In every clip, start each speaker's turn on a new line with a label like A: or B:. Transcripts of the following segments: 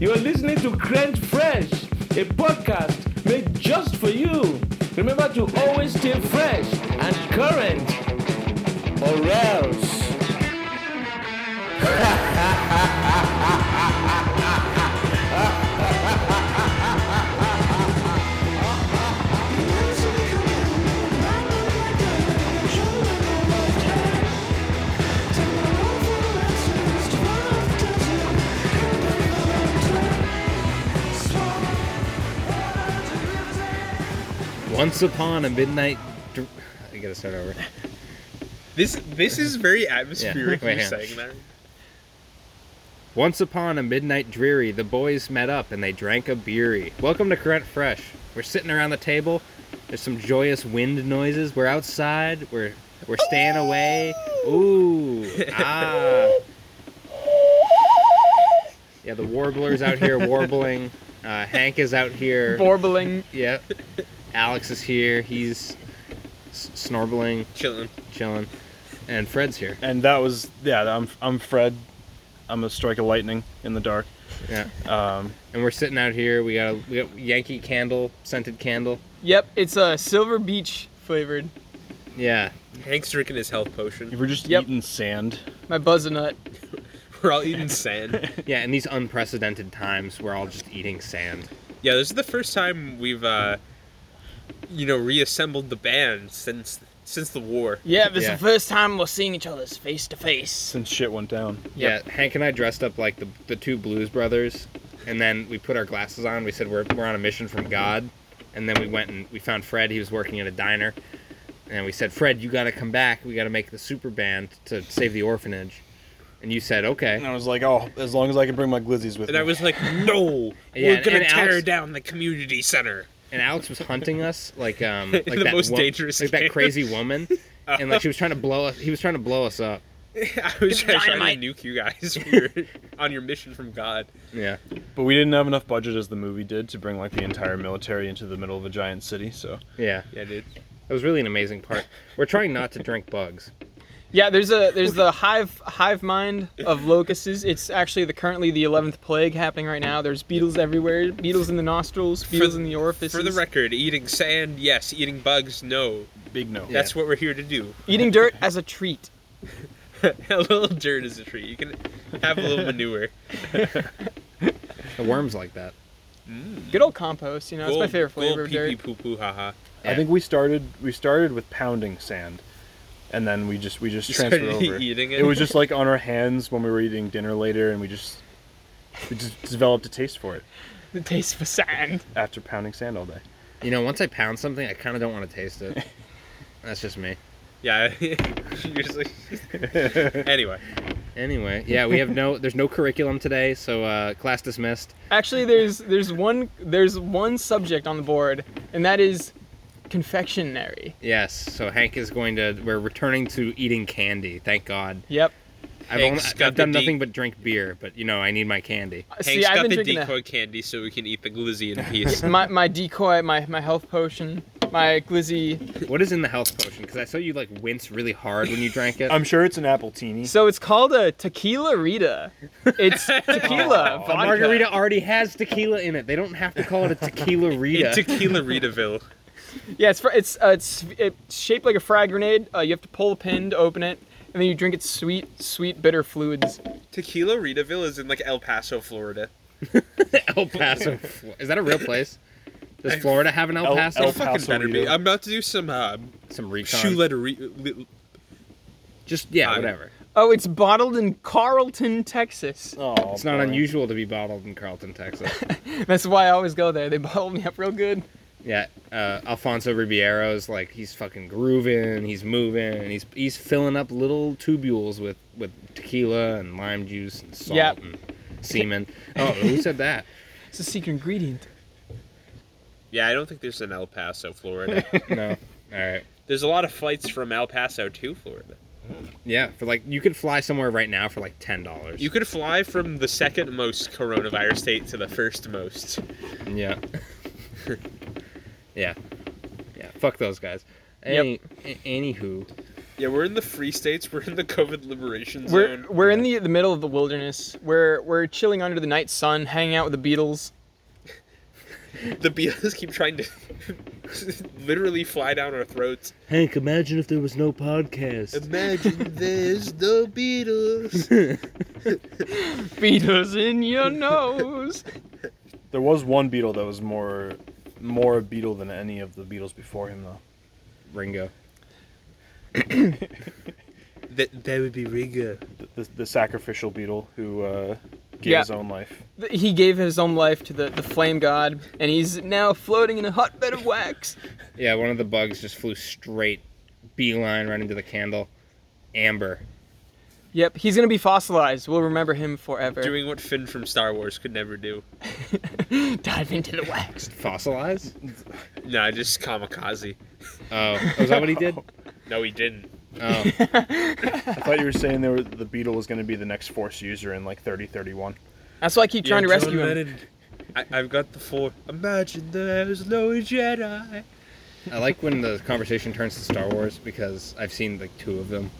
A: You are listening to Crunch Fresh, a podcast made just for you. Remember to always stay fresh and current, or else.
B: Once upon a midnight. Dr- I gotta start over.
C: This this is very atmospheric.
B: Yeah, right
C: you
B: here.
C: saying that.
B: Once upon a midnight dreary, the boys met up and they drank a beery. Welcome to Current Fresh. We're sitting around the table. There's some joyous wind noises. We're outside. We're we're staying away. Ooh, ah. Yeah, the warblers out here warbling. Uh, Hank is out here.
D: Borbling.
B: Yeah. Alex is here. He's s- snorbling,
C: Chilling.
B: chilling, and Fred's here.
E: and that was yeah. I'm I'm Fred. I'm a strike of lightning in the dark.
B: Yeah.
E: Um,
B: And we're sitting out here. We got a we got Yankee candle, scented candle.
D: Yep, it's a uh, Silver Beach flavored.
B: Yeah.
C: Hank's drinking his health potion.
E: we're just
D: Yep.
E: eating sand.
D: My buzz a nut.
C: We're all eating sand.
B: Yeah, in these unprecedented times, we're all just eating sand.
C: Yeah, this is the first time we've, uh, you know, reassembled the band since since the war.
D: Yeah, this
B: Yeah.
D: is the first time we're seeing each other's face to face.
E: Since shit went down,
D: Yep.
B: Yeah, Hank and I dressed up like the, the two Blues Brothers, and then we put our glasses on. We said we're, we're on a mission from God, and then we went and we found Fred. He was working at a diner, and we said, Fred, you got to come back. We got to make the super band to save the orphanage. And you said, okay.
E: and I was like, oh, as long as I can bring my glizzies with
C: And
E: me.
C: I was like, no,
B: Yeah,
C: we're
B: and-
C: gonna
B: and
C: tear
B: Alex-
C: down the community center.
B: And Alex was hunting us like um like
C: The
B: that
C: most dangerous Uh-huh.
B: like
C: game.
B: that crazy woman, and like she was trying to blow us. He was trying to blow us up.
C: I was
D: Give me
C: trying trying
D: dynamite.
C: to nuke you guys when you were on your mission from God.
B: Yeah.
E: but we didn't have enough budget as the movie did to bring like the entire military into the middle of a giant city. So
B: Yeah,
C: Yeah, dude.
B: that was really an amazing part. We're trying not to drink bugs.
D: Yeah, there's a there's the hive hive mind of locusts. It's actually the currently the eleventh plague happening right now. There's beetles everywhere, beetles in the nostrils, beetles in the orifices.
C: For the record, eating sand, yes. Eating bugs, no.
E: big no.
B: Yeah.
C: That's what we're here to do.
D: eating dirt as a treat.
C: a little dirt is a treat. You can have a little manure.
B: The worms like that.
D: Good old compost, you know, it's my favorite flavor of
C: Pee pee
D: dirt.
C: poo poo haha.
E: I think we started we started with pounding sand, and then we just we just
C: You
E: transferred
C: started
E: over.
C: eating it?
E: It was just like on our hands when we were eating dinner later, and we just we just developed a taste for it
D: The taste of sand.
E: after pounding sand all day.
B: You know, once I pound something, I kind of don't want to taste it. That's just me.
C: Yeah. Usually. anyway,
B: Anyway, yeah, we have no. There's no curriculum today, so uh, class dismissed.
D: Actually, there's there's one there's one subject on the board, and that is confectionery.
B: Yes. So Hank is going to. We're returning to eating candy. Thank God.
D: Yep.
B: I've, only,
C: Hank's got
B: I've done
C: the deep-
B: nothing but drink beer, but you know I need my candy.
D: See,
C: Hank's
D: I've
C: got
D: been
C: the
D: drinking
C: decoy candy so we can eat the glizzy in peace.
D: that. My, my decoy, my, my health potion, my glizzy.
B: What is in the health potion? Because I saw you like wince really hard when you drank it.
E: I'm sure it's an apple teeny.
D: So it's called a tequila rita. It's tequila.
B: the
E: Oh,
D: vodka.
B: margarita already has tequila in it. They don't have to call it a tequila
C: In
B: rita.
C: Tequila Ritaville.
D: Yeah, it's fr- it's uh, it's it's shaped like a frag grenade. Uh, you have to pull a pin to open it, and then you drink its sweet sweet bitter fluids.
C: Tequila Ritaville is in like El Paso, Florida.
B: El Paso. Flo- Is that a real place? Does Florida have an El
E: El-
B: Paso?
E: El-
C: Fucking
E: Paso
C: better be.
E: Rita.
C: I'm about to do some uh,
B: Some recon.
C: shoe letter. Re- li-
B: Just yeah,
C: Fine.
B: whatever.
D: Oh, it's bottled in Carlton, Texas.
E: Oh,
B: It's not
E: boy.
B: unusual to be bottled in Carlton, Texas.
D: That's why I always go there. They bottle me up real good.
B: yeah, uh, Alfonso Ribeiro's like he's fucking grooving, he's moving, and he's he's filling up little tubules with with tequila and lime juice and salt
D: Yep.
B: and semen. Oh, who said that?
D: It's a secret ingredient.
C: Yeah, I don't think there's an El Paso, Florida.
B: No. All right.
C: there's a lot of flights from El Paso to Florida.
B: Yeah, for like you could fly somewhere right now for like ten dollars.
C: You could fly from the second most coronavirus state to the first most.
B: Yeah. yeah. Yeah. Fuck those guys.
D: Yep.
B: Any, a- Anywho,
C: Yeah, we're in the free states. We're in the COVID liberation
D: We're
C: zone.
D: we're in the the middle of the wilderness. We're we're chilling under the night sun, hanging out with the Beatles.
C: the Beatles keep trying to literally fly down our throats.
F: Hank, imagine if there was no podcast.
C: Imagine there's the Beatles.
D: Beatles in your nose.
E: There was one Beatle that was more more a Beatle than any of the Beatles before him, though.
B: Ringo.
C: That that would be Ringo.
E: The, the, the sacrificial Beatle who uh, gave
D: Yeah.
E: his own life.
D: he gave his own life to the, the flame god, and he's now floating in a hot bed of wax.
B: Yeah, one of the bugs just flew straight, beeline right into the candle. Amber.
D: Yep, he's gonna be fossilized. We'll remember him forever.
C: Doing what Finn from Star Wars could never do.
D: Dive into the wax.
B: Fossilized?
C: Nah, just kamikaze.
B: Oh, was that what he did?
C: No, he didn't.
B: Oh,
E: I thought you were saying there were, the Beatle was going to be the next Force user in like 3031.
D: That's why I keep trying to rescue him.
C: I, I've got the four. Imagine there's no Jedi.
B: I like when the conversation turns to Star Wars because I've seen like two of them.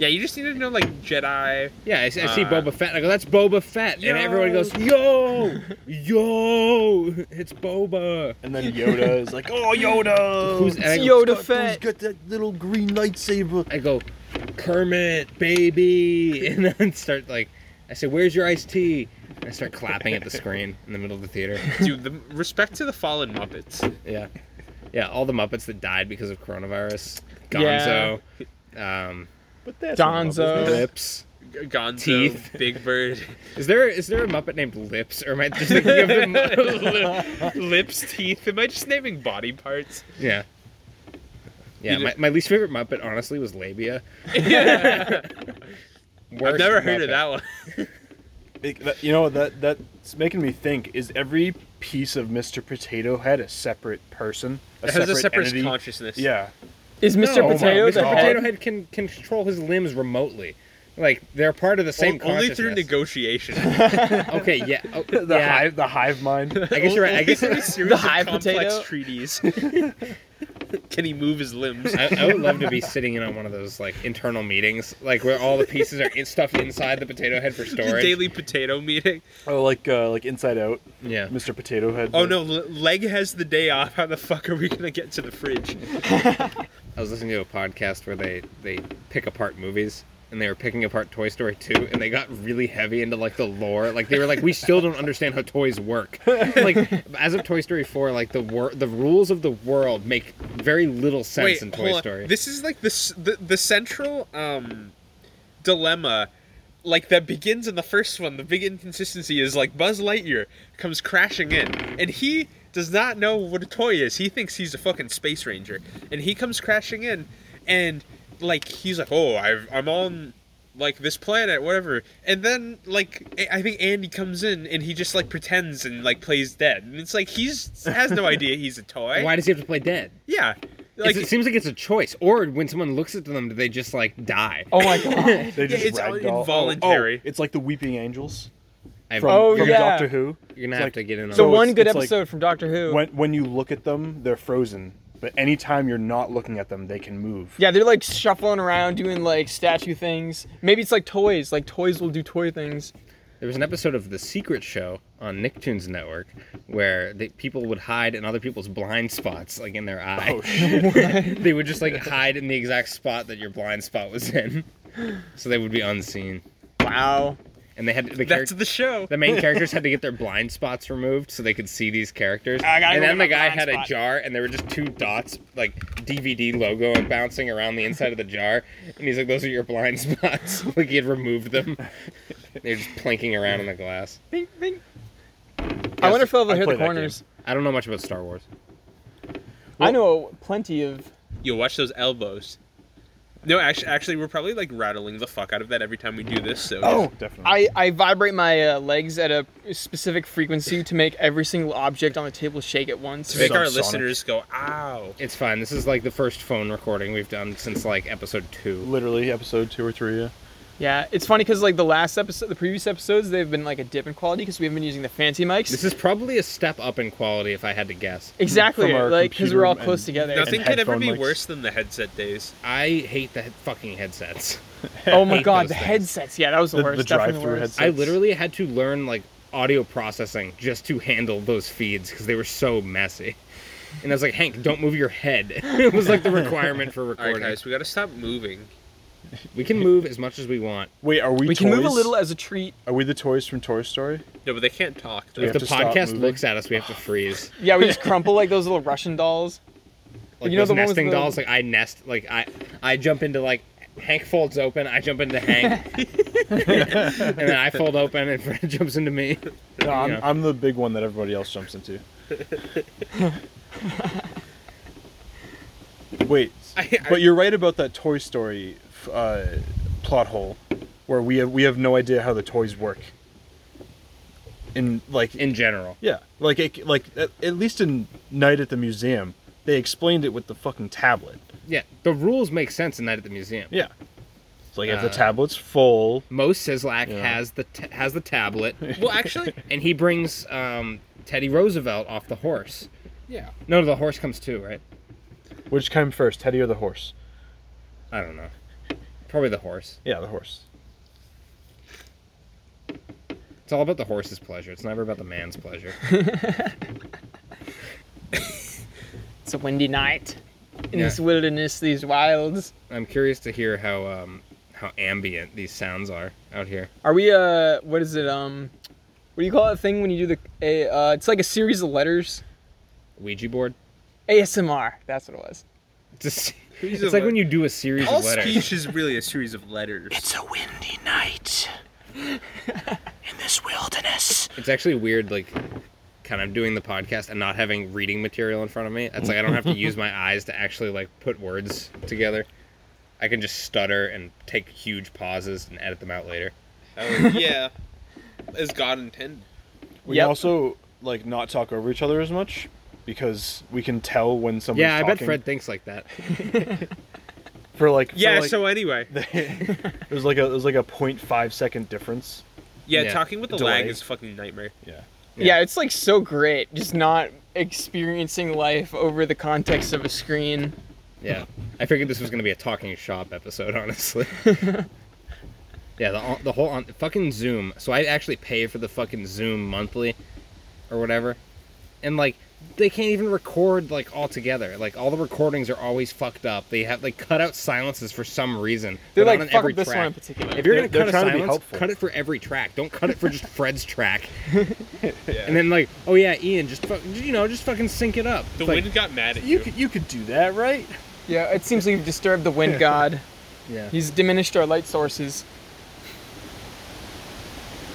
C: Yeah, you just need to know like Jedi.
B: Yeah, I, s- I see
C: Uh,
B: Boba Fett. and I go, that's Boba Fett, and everyone goes, yo, yo, it's Boba.
E: And then Yoda is like, oh, Yoda!
B: Who's and I
D: It's
B: go,
D: Yoda Fett.
F: got that little green lightsaber?
B: I go, Kermit, baby, and then start like, I say, where's your iced tea? And I start clapping at the screen in the middle of the theater.
C: Dude, the respect to the fallen Muppets.
B: Yeah, yeah, all the Muppets that died because of coronavirus.
D: Yeah.
B: Gonzo, um,
E: But that's
D: Donzo.
B: Lips.
C: G- Gonzo,
B: Teeth.
C: Big Bird.
B: Is there is there a Muppet named Lips, or am I just thinking of the
C: Lips, teeth. Am I just naming body parts?
B: Yeah. Yeah,
C: You
B: my, my least favorite Muppet, honestly, was Labia.
C: I've never heard of that one.
E: It- that- you know that that's making me think. Is every piece of Mr. Potato Head a separate person? A
C: It has a separate
E: entity?
C: consciousness.
E: Yeah.
D: Is Mr.
E: Oh my
D: Potato
B: Mr.
D: the
E: God.
B: Potato
D: head?
B: Head can, can control his limbs remotely. Like, they're part of the same
C: On- only through
B: consciousness.
C: negotiation.
B: Okay, yeah. Oh,
E: The
B: yeah.
E: hive, the hive mind.
B: I guess you're right. I guess
C: a series of
D: hive
C: complex
D: potato?
C: treaties. Can he move his limbs?
B: I, I would love to be sitting in on one of those, like, internal meetings, like, where all the pieces are in, stuffed inside the potato head for
C: The
B: storage.
C: daily potato meeting.
E: oh, like uh, like Inside Out,
B: yeah.
E: Mr. Potato Head.
C: Oh no, L- leg has the day off. How the fuck are we gonna get to the fridge?
B: I was listening to a podcast where they they pick apart movies and they were picking apart Toy Story 2 and they got really heavy into like the lore. Like they were like we still don't understand how toys work. Like as of Toy Story 4 like the wor- the rules of the world make very little sense in Toy
C: hold on.
B: Story.
C: This is like the, s- the the central um dilemma like that begins in the first one. The big inconsistency is like Buzz Lightyear comes crashing in and he does not know what a toy is. He thinks he's a fucking space ranger and he comes crashing in and like he's like, "Oh, I've, I'm on like this planet, whatever." And then like A- I think Andy comes in and he just like pretends and like plays dead. And it's like he's has no idea he's a toy.
B: Why does he have to play dead?
C: Yeah.
B: Like, it seems like it's a choice. Or when someone looks at them, do they just like die?
D: Oh my god.
E: they just
C: it's all
E: ragdoll. Oh,
C: involuntary.
E: Oh, it's like the Weeping Angels
B: I've,
E: from,
D: Oh,
E: from
D: yeah.
E: Doctor Who.
B: You're gonna
E: It's
B: have
E: like-
B: to get in on
D: The
E: So
B: that.
D: one
E: it's-
D: good
E: it's like-
D: episode from Doctor Who.
E: When when you look at them, they're frozen. But anytime you're not looking at them, they can move.
D: yeah, they're like shuffling around doing like statue things. Maybe it's like toys. Like toys will do toy things.
B: There was an episode of The Secret Show on Nicktoons Network where the, people would hide in other people's blind spots, like in their eye.
E: Oh shit.
B: they would just like hide in the exact spot that your blind spot was in, so they would be unseen.
D: Wow.
B: And they had the
C: That's
B: character,
C: the show.
B: the main characters had to get their blind spots removed so they could see these characters. and then the guy had a jar, and there were just two dots, like DVD logo, bouncing around the inside of the jar. And he's like, "Those are your blind spots." like he had removed them. They're just plinking around in the glass.
D: Bing, bing. I wonder if I'll ever
E: I
D: hear
E: play
D: the
E: that game.
D: corners.
B: I don't know much about Star Wars.
D: I know plenty of.
C: Yo, watch those elbows. No, actually, actually, we're probably like rattling the fuck out of that every time we do this. So
E: Oh, definitely.
D: I, I vibrate my uh, legs at a specific frequency to make every single object on the table shake at once.
C: to make our
E: Subsonic.
C: listeners go, "Ow!"
B: It's fine. This is like the first phone recording we've done since like episode two.
E: Literally episode two or three. Yeah.
D: Yeah, it's funny because like the last episode, the previous episodes, they've been like a dip in quality because we haven't been using the fancy mics.
B: This is probably a step up in quality if I had to guess.
D: exactly
E: from our
D: like because we're all
E: computer
D: close
E: and-
D: together.
C: Nothing could ever
E: headphone
C: be
E: mics.
C: worse than the headset days.
B: I hate the he- fucking headsets.
D: oh my
B: hate
D: god,
B: those
D: the
B: things.
D: headsets. Yeah, that was the,
E: The-
D: worst.
E: the
D: definitely
E: drive-thru
D: worst.
E: headset.
B: I literally had to learn like audio processing just to handle those feeds because they were so messy. And I was like, Hank, don't move your head. it was like the requirement for
C: All right,
B: recording.
C: guys, we got to stop moving.
B: we can move as much as we want.
E: Wait, are we?
D: We can move a
E: toys?
D: little as a treat.
E: Are we the toys from Toy Story?
C: No, but they can't talk.
E: We
B: If
E: have
B: the
E: to stop
B: podcast
E: moving.
B: looks at us, we have to freeze.
D: Yeah, we just crumple like those little Russian dolls.
B: Like
D: You know
B: those
D: the one with
B: nesting
D: the-
B: dolls, like I nest, like I I jump into like Hank folds open, I jump into Hank, and then I fold open, and Fred jumps into me.
E: No, I'm,
B: Yeah.
E: I'm the big one that everybody else jumps into. Wait,
C: I- I-
E: but you're right about that Toy Story f- uh, plot hole, where we have we have no idea how the toys work. In like,
B: In general,
E: yeah, like it, like at, at least in Night at the Museum, they explained it with the fucking tablet.
B: yeah, the rules make sense in Night at the Museum.
E: Yeah, it's like if the
B: Uh,
E: tablet's full,
B: Mo Sizlak
E: Yeah.
B: has the t- has the tablet,
C: Well, actually,
B: and he brings um, Teddy Roosevelt off the horse.
C: yeah.
B: No, the horse comes too, right?
E: which came first, Teddy or the horse?
B: I don't know. Probably the horse.
E: Yeah, the horse.
B: It's all about the horse's pleasure. It's never about the man's pleasure.
D: It's a windy night in
B: Yeah.
D: this wilderness, these wilds.
B: I'm curious to hear how um, how ambient these sounds are out here.
D: Are we uh what is it um what do you call that thing when you do the a uh it's like a series of letters?
B: Ouija board.
D: ASMR. That's what it was.
B: It's, a se-
C: He's
B: it's
C: a
B: like
C: letter-
B: when you do a series
C: All
B: of letters.
C: speech is really a series of letters.
B: It's actually weird, like kind of doing the podcast and not having reading material in front of me. It's like I don't have to use my eyes to actually like put words together. I can just stutter and take huge pauses and edit them out later.
C: Oh, yeah. As God intended.
E: We
D: Yep.
E: can also like not talk over each other as much because we can tell when somebody's
B: yeah, I bet
E: talking.
B: Fred thinks like that.
E: for like for,
C: Yeah,
E: like,
C: so anyway.
E: there's like a there's like a 0.5 second difference.
C: Yeah,
B: Yeah.
C: talking with the
E: Delay.
C: lag is a fucking nightmare.
E: Yeah.
D: Yeah. it's like so great just not experiencing life over the context of a screen.
B: Yeah, I figured this was gonna be a talking shop episode, honestly. yeah, the on- the whole on, fucking Zoom. So I actually pay for the fucking Zoom monthly, or whatever, and like they can't even record like all together. Like all the recordings are always fucked up. They have like cut out silences for some reason.
D: They're
B: not
D: like,
B: on
D: "Fuck
B: every
D: this one
B: track."
D: in particular.
B: If you're
E: They're-
B: gonna cut a
E: they're trying to be
B: silence,
E: helpful.
B: cut it for every track. Don't cut it for just Fred's track. And then like, oh yeah, Ian, just fuck, you know, just fucking sync it up.
C: The
B: It's like,
C: wind got mad at you.
E: You could you could do that, right?
D: Yeah, it seems we've disturbed the wind god.
B: Yeah.
D: He's diminished our light sources.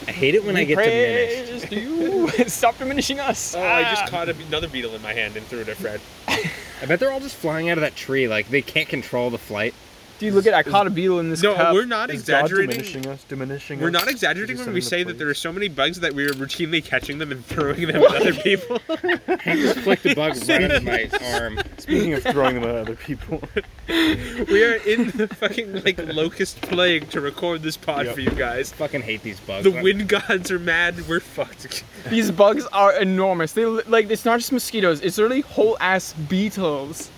B: I hate it when I
D: We
B: get diminished.
D: praise you. Stop diminishing us.
C: Oh, I just
D: Ah.
C: caught a- another beetle in my hand and threw it at Fred.
B: I bet they're all just flying out of that tree. Like they can't control the flight.
D: Dude, look at I caught a beetle in this
C: No,
D: cup.
C: we're not
E: Is God
C: exaggerating.
E: diminishing us, diminishing
C: We're
E: us?
C: not
E: Is
C: exaggerating
E: he
C: when
E: sending
C: we
E: the
C: say that there are
E: plagues?
C: so many bugs that we are routinely catching them and throwing them at other people.
B: Hank just flicked a bug right out of my arm.
E: Speaking of throwing them at other people,
C: we are in the fucking like locust plague to record this pod
E: Yep.
C: for you guys.
B: Fucking hate these bugs.
C: The wind gods are mad. We're fucked.
D: These bugs are enormous. They li- like it's not just mosquitoes. It's literally whole ass beetles.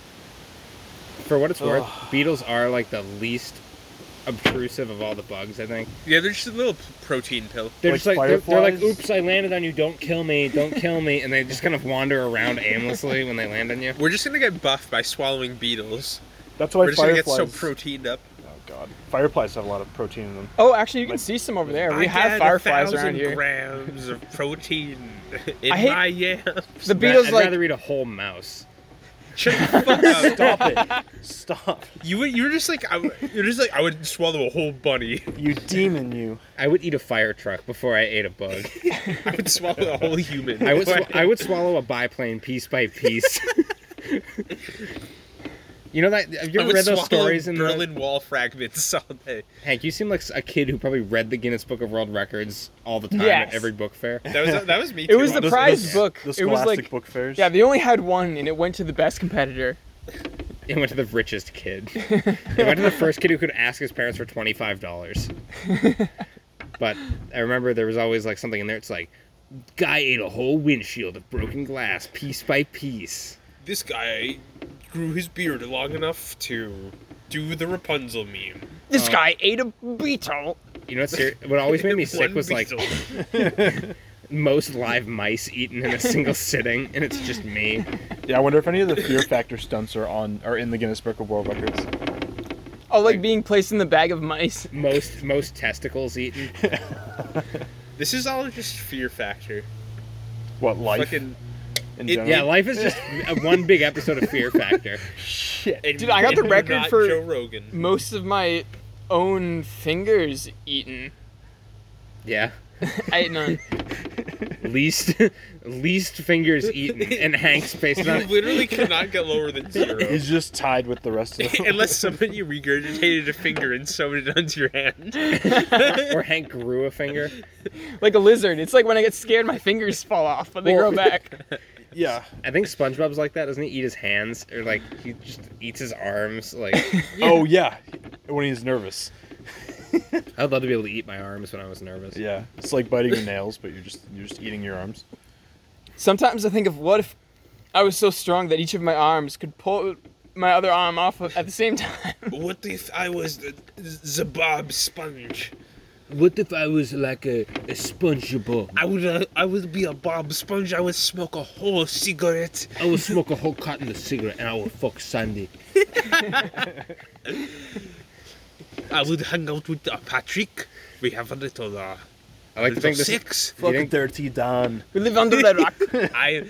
B: For what it's worth, beetles are like the least obtrusive of all the bugs. I think
C: Yeah, they're just a little p- protein pill.
B: they're
E: Like
B: just like they're, they're like,
E: fireflies?
B: "Oops, I landed on you. Don't kill me. Don't kill me." And they just kind of wander around aimlessly when they land on you.
C: We're just gonna get buffed by swallowing beetles.
E: that's why
C: We're just
E: fireflies.
C: gonna get so proteined up.
E: oh god, fireflies have a lot of protein in them.
D: Oh, actually, you can
E: Like-
D: see some over there.
C: I
D: We have
C: got
D: fireflies
C: a thousand
D: around here.
C: grams of protein in
D: I hate-
C: my yams.
D: The beetles
B: I'd
D: like
B: rather eat a whole mouse.
C: Shut the fuck up.
E: Stop it! Stop!
C: You were- you were just like I, w- you're just like I would swallow a whole bunny.
E: You demon, you!
B: I would eat a fire truck before I ate a bug.
C: I would swallow a whole human.
B: I would sw- I would swallow a biplane piece by piece. you know that have you
C: I
B: ever
C: would
B: read
C: swallow
B: those stories in the
C: Berlin Wall fragments all day.
B: Hank, you seem like a kid who probably read the Guinness Book of World Records all the time
D: Yes.
B: at every book fair.
C: That was that was me.
D: It was the
E: Those-
D: prize
E: those-
D: book.
E: The
D: it was
E: Scholastic
D: like
E: book fairs.
D: yeah, they only had one, and it went to the best competitor.
B: It went to the richest kid. it went to the first kid who could ask his parents for twenty five dollars. but I remember there was always like something in there. It's like, guy ate a whole windshield of broken glass piece by piece.
C: This guy grew his beard long enough to do the Rapunzel meme.
D: This guy ate a beetle.
B: You know what's ser- what always made me sick
C: One
B: was like
C: weasel.
B: most live mice eaten in a single sitting, and it's just me.
E: Yeah, I wonder if any of the Fear Factor stunts are on are in the Guinness Book of World Records.
D: Oh, like being placed in the bag of mice.
B: Most most testicles eaten.
C: This is all just fear factor.
E: What life?
C: Fucking
E: in
C: it-
E: general?
B: Yeah, life is just a- one big episode of Fear Factor.
C: and
D: Dude, I got the
C: you're
D: record
C: not
D: for-
C: Joe Rogan.
D: Most of my own fingers eaten.
B: Yeah.
D: I ate none.
B: least least fingers eaten and Hank's face
C: You
B: on it.
C: literally cannot get lower than zero.
E: He's just tied with the rest of them.
C: Unless somebody regurgitated a finger and sewed it onto your hand.
B: or Hank grew a finger.
D: like a lizard. It's like when I get scared, my fingers fall off, but they grow back.
E: yeah.
B: I think SpongeBob's like that. Doesn't he eat his hands or like he just eats his arms? Like
E: Oh yeah. When he's nervous.
B: I'd love to be able to eat my arms when I was nervous.
E: Yeah. It's like biting your nails, but you're just you're just eating your arms.
D: Sometimes I think of what if I was so strong that each of my arms could pull my other arm off of- at the same time.
C: What if I was the Zabob Sponge?
F: What if I was like a, a SpongeBob?
C: I would uh, I would be a Bob Sponge. I would smoke a whole cigarette.
F: I would smoke a whole carton of cigarette and I would fuck Sandy.
C: I would hang out with uh, Patrick. We have a little uh,
B: I like to
C: little
B: think this.
C: six.
B: you think
E: dirty Don.
D: We live under the rock.
C: I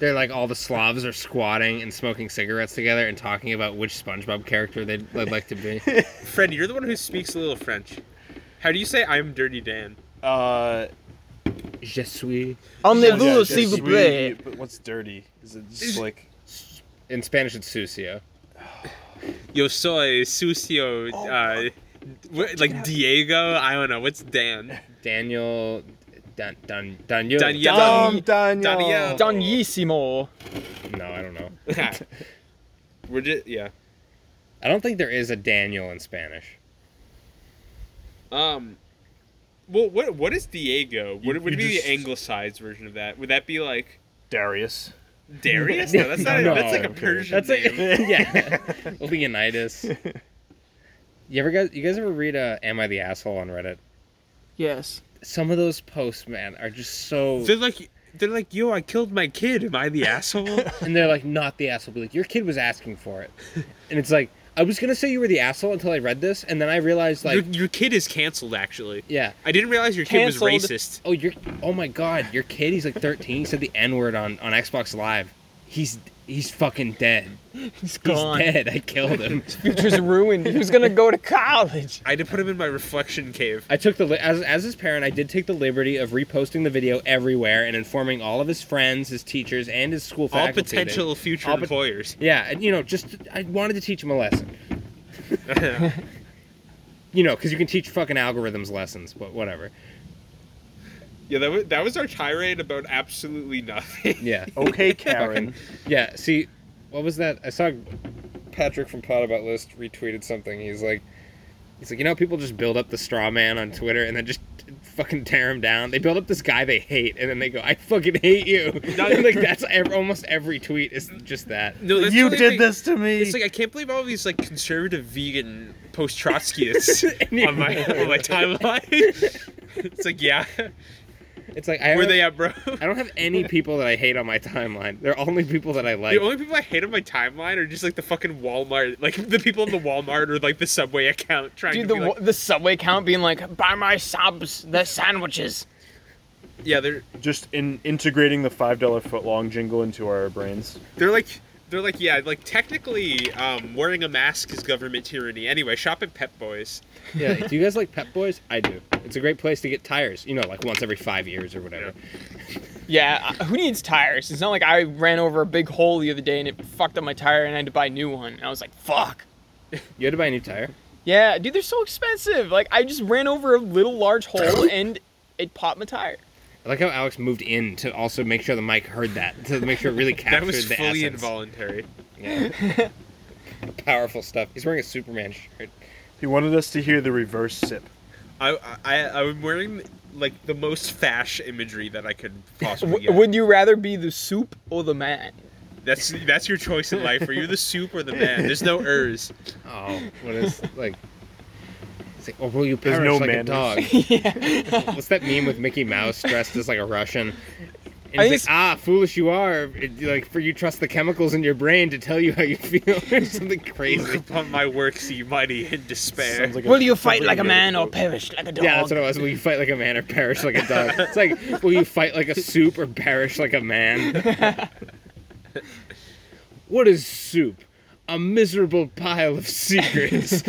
B: they're like all the Slavs are squatting and smoking cigarettes together and talking about which SpongeBob character they'd, they'd like to be.
C: Fred, you're the one who speaks a little French. How do you say I'm Dirty Dan?
E: Uh
F: Je suis.
E: yeah,
D: Enlevez,
E: just
D: s'il vous
E: sweet,
D: plaît.
E: But what's dirty? Is it just like
B: In Spanish, it's sucio.
C: Yo soy sucio.
E: Oh
C: uh, what, like Diego. I don't know. What's Dan?
B: Daniel, Dan, Dan, Daniel.
C: Daniel.
E: Dom Daniel.
C: Daniel.
D: Donissimo.
B: No, I don't know.
C: We're just yeah.
B: I don't think there is a Daniel in Spanish.
C: Um. Well, what what is Diego? What would
E: you
C: be
E: just-
C: the anglicized version of that? Would that be like
E: Darius.
C: Darius? No, that's not.
B: No,
C: that's like a
E: okay.
C: Persian.
B: That's like
C: name.
B: yeah, Leonidas. You ever guys? You guys ever read uh, "Am I the Asshole" on Reddit?
D: Yes.
B: Some of those posts, man, are just so,
C: They're like, they're like, yo, I killed my kid. Am I the asshole?
B: and they're like, not the asshole, but like your kid was asking for it, and it's like, I was gonna say you were the asshole until I read this, and then I realized
C: your,
B: like,
C: your kid is canceled. Actually,
B: yeah,
C: I didn't realize your kid
D: Canceled.
C: was racist.
B: oh you're, oh my god, your kid, he's like 13, he said the N word on on Xbox Live, he's he's fucking dead,
D: He's
B: he's
D: gone.
B: dead, I killed him.
D: Future's ruined. He was gonna go to college.
C: I had to put him in my reflection cave.
B: I took the li- as as his parent, I did take the liberty of reposting the video everywhere and informing all of his friends, his teachers, and his school
C: All
B: faculty. that-
C: potential future
B: All pot-
C: employers.
B: yeah, and, you know, just I wanted to teach him a lesson. You know, because you can teach fucking algorithms lessons, but whatever.
C: yeah, that was, that was our tirade about absolutely nothing.
B: Yeah,
E: Okay, Karen.
B: yeah. See, what was that? I saw Patrick from Pot About List retweeted something. He's like, he's like, you know, people just build up the straw man on Twitter and then just fucking tear him down. They build up this guy they hate, and then they go, I fucking hate you. like that's ev- almost every tweet is just that.
C: No, that's
E: you
C: the only
E: did
C: thing-
E: this to me.
C: It's like I can't believe all these like conservative vegan post Trotskyists
B: Anyway.
C: on my on my timeline. it's like yeah,
B: It's like I
C: where they
B: don't-
C: at, bro?
B: I don't have any people that I hate on my timeline. They're only people that I like.
C: The only people I hate on my timeline are just like the fucking Walmart, like the people in the Walmart or like the Subway account trying to
D: Dude, the
C: be
D: wa-
C: like,
D: the subway count being like, buy my subs, the sandwiches.
C: yeah, they're
E: just in integrating the five dollar footlong jingle into our brains.
C: they're like they're like yeah, like technically um, wearing a mask is government tyranny. Anyway, shop at Pep Boys.
B: yeah. Do you guys like Pep Boys? I do. It's a great place to get tires. You know, like once every five years or whatever.
D: Yeah, uh, who needs tires? It's not like I ran over a big hole the other day and it fucked up my tire and I had to buy a new one. And I was like, fuck.
B: You had to buy a new tire.
D: Yeah, dude, they're so expensive. Like, I just ran over a little large hole and it popped my tire.
B: I like how Alex moved in to also make sure the mic heard that to make sure it really captured
C: That was
B: the
C: fully
B: essence.
C: involuntary.
B: Yeah. Powerful stuff. He's wearing a Superman shirt.
E: He wanted us to hear the reverse sip.
C: I I I'm wearing like the most fash imagery that I could possibly
D: W-
C: get.
D: Would you rather be the soup or the man?
C: That's that's your choice in life. Are you the soup or the man? There's no ers.
B: Oh, what is like? It's like, oh, will you
E: There's
B: perish
E: no
B: like
E: manners.
B: a dog? What's that meme with Mickey Mouse dressed as like a Russian? And
D: I
B: he's
D: think
B: like, ah,
D: it's-
B: foolish you are. It, like, for you trust the chemicals in your brain to tell you how you feel, or something
C: Look
B: crazy.
C: upon my works, ye mighty, in despair.
E: Sounds like a-
D: Will you fight
E: sounds
D: like a
E: good
D: man or
E: quote.
D: perish like a dog?
B: Yeah, that's what it was. Will you fight like a man or perish like a dog? It's like, will you fight like a soup or perish like a man? what is soup? A miserable pile of secrets.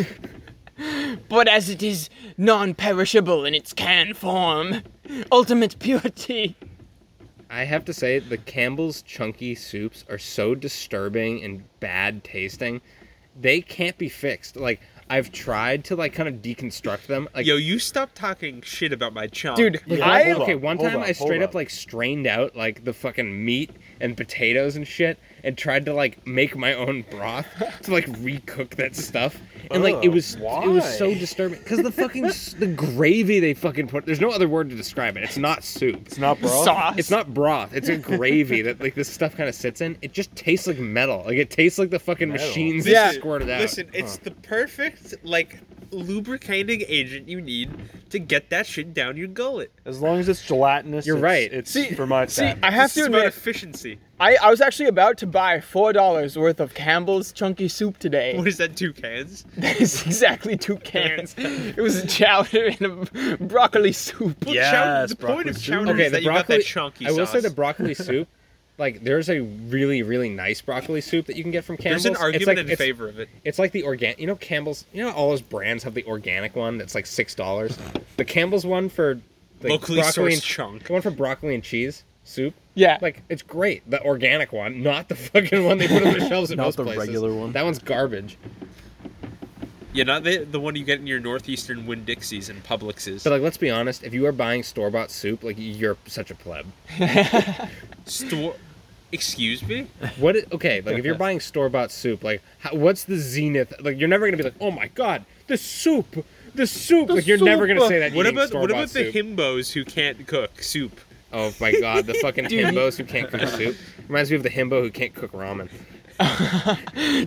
D: But as it is non-perishable in its can form, ultimate purity.
B: I have to say the Campbell's chunky soups are so disturbing and bad tasting. They can't be fixed. Like I've tried to like kind of deconstruct them. Like
C: Yo, you stop talking shit about my chunk.
D: Dude,
E: Like,
B: I
E: hold on,
B: okay, one
E: hold
B: time
E: on,
B: I straight
E: hold
B: up
E: on.
B: like strained out like the fucking meat and potatoes and shit and tried to like make my own broth to like recook that stuff. And like it
E: Ugh,
B: was it was
E: Oh, why?
B: so disturbing cuz the fucking s- the gravy they fucking put there's no other word to describe it. It's not soup.
E: It's not broth.
D: Sauce.
B: It's not broth. It's a gravy that like this stuff kind of sits in. It just tastes like metal. Like it tastes like the fucking
E: Metal.
B: machines
C: This
B: that
C: is-
B: squirt it out.
C: Listen, it's the perfect like lubricating agent you need to get that shit down your gullet.
E: As long as it's gelatinous,
B: You're
E: it's,
B: right.
E: It's
D: See-
E: for my
D: See,
E: fat.
D: I have
C: This
D: to
C: is about
D: admit,
C: efficiency.
D: I, I was actually about to buy four dollars worth of Campbell's Chunky Soup today.
C: What is that? Two cans?
D: That is exactly two cans. it was a chowder and a broccoli soup.
C: Well,
E: Yes,
C: chowder- the point
E: broccoli
C: of
E: soup.
C: chowder
B: okay, the
C: is that you
B: broccoli.
C: got that chunky
B: I will say
C: sauce.
B: the broccoli soup. Like there's a really really nice broccoli soup that you can get from Campbell's.
C: There's an
B: it's
C: argument
B: like,
C: in
B: it's,
C: favor of it.
B: It's like the organic. You know Campbell's. You know all those brands have the organic one that's like six dollars. The Campbell's one for like,
C: Locally
B: broccoli
C: sourced
B: and,
C: chunk.
B: The one for broccoli and cheese soup.
D: Yeah.
B: Like it's great. The organic one, not the fucking one they put on the shelves at
E: Not
B: most
E: the
B: places.
E: regular one.
B: That one's garbage.
C: Yeah, not the the one you get in your northeastern Winn Dixies and Publixes.
B: But like, let's be honest. If you are buying store bought soup, like you're such a pleb.
C: Store. Excuse me.
B: What? Is, okay, like if you're buying store bought soup, like how, what's the zenith? Like you're never gonna be like, oh my god, the soup, the soup. like you're never gonna say that.
C: What
B: eating
C: about what
B: store-bought
C: about the
B: soup.
C: himbos who can't cook soup?
B: Oh my god, the fucking himbos who can't cook soup reminds me of the himbo who can't cook ramen.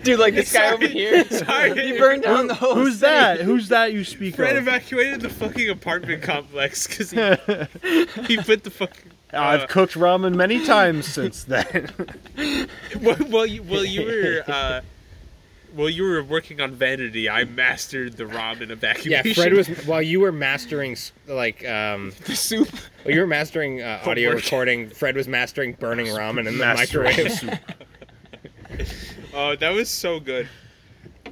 D: Dude, like this guy over here.
C: Sorry.
D: He burned down the whole city.
E: Who's that? Who's that you speak
C: Fred
E: of?
C: evacuated the fucking apartment complex because he, he put the fucking. uh,
E: I've cooked ramen many times since then.
C: Well, well, you, well, you were uh, well, you were working on vanity. I mastered the ramen
B: Yeah,
C: evacuation.
B: Fred was while you were mastering s- like um
D: The soup.
B: while you were mastering uh, audio
C: Homework.
B: recording. Fred was mastering burning ramen in the
E: Master
B: microwave.
E: soup.
C: Oh, that was so good.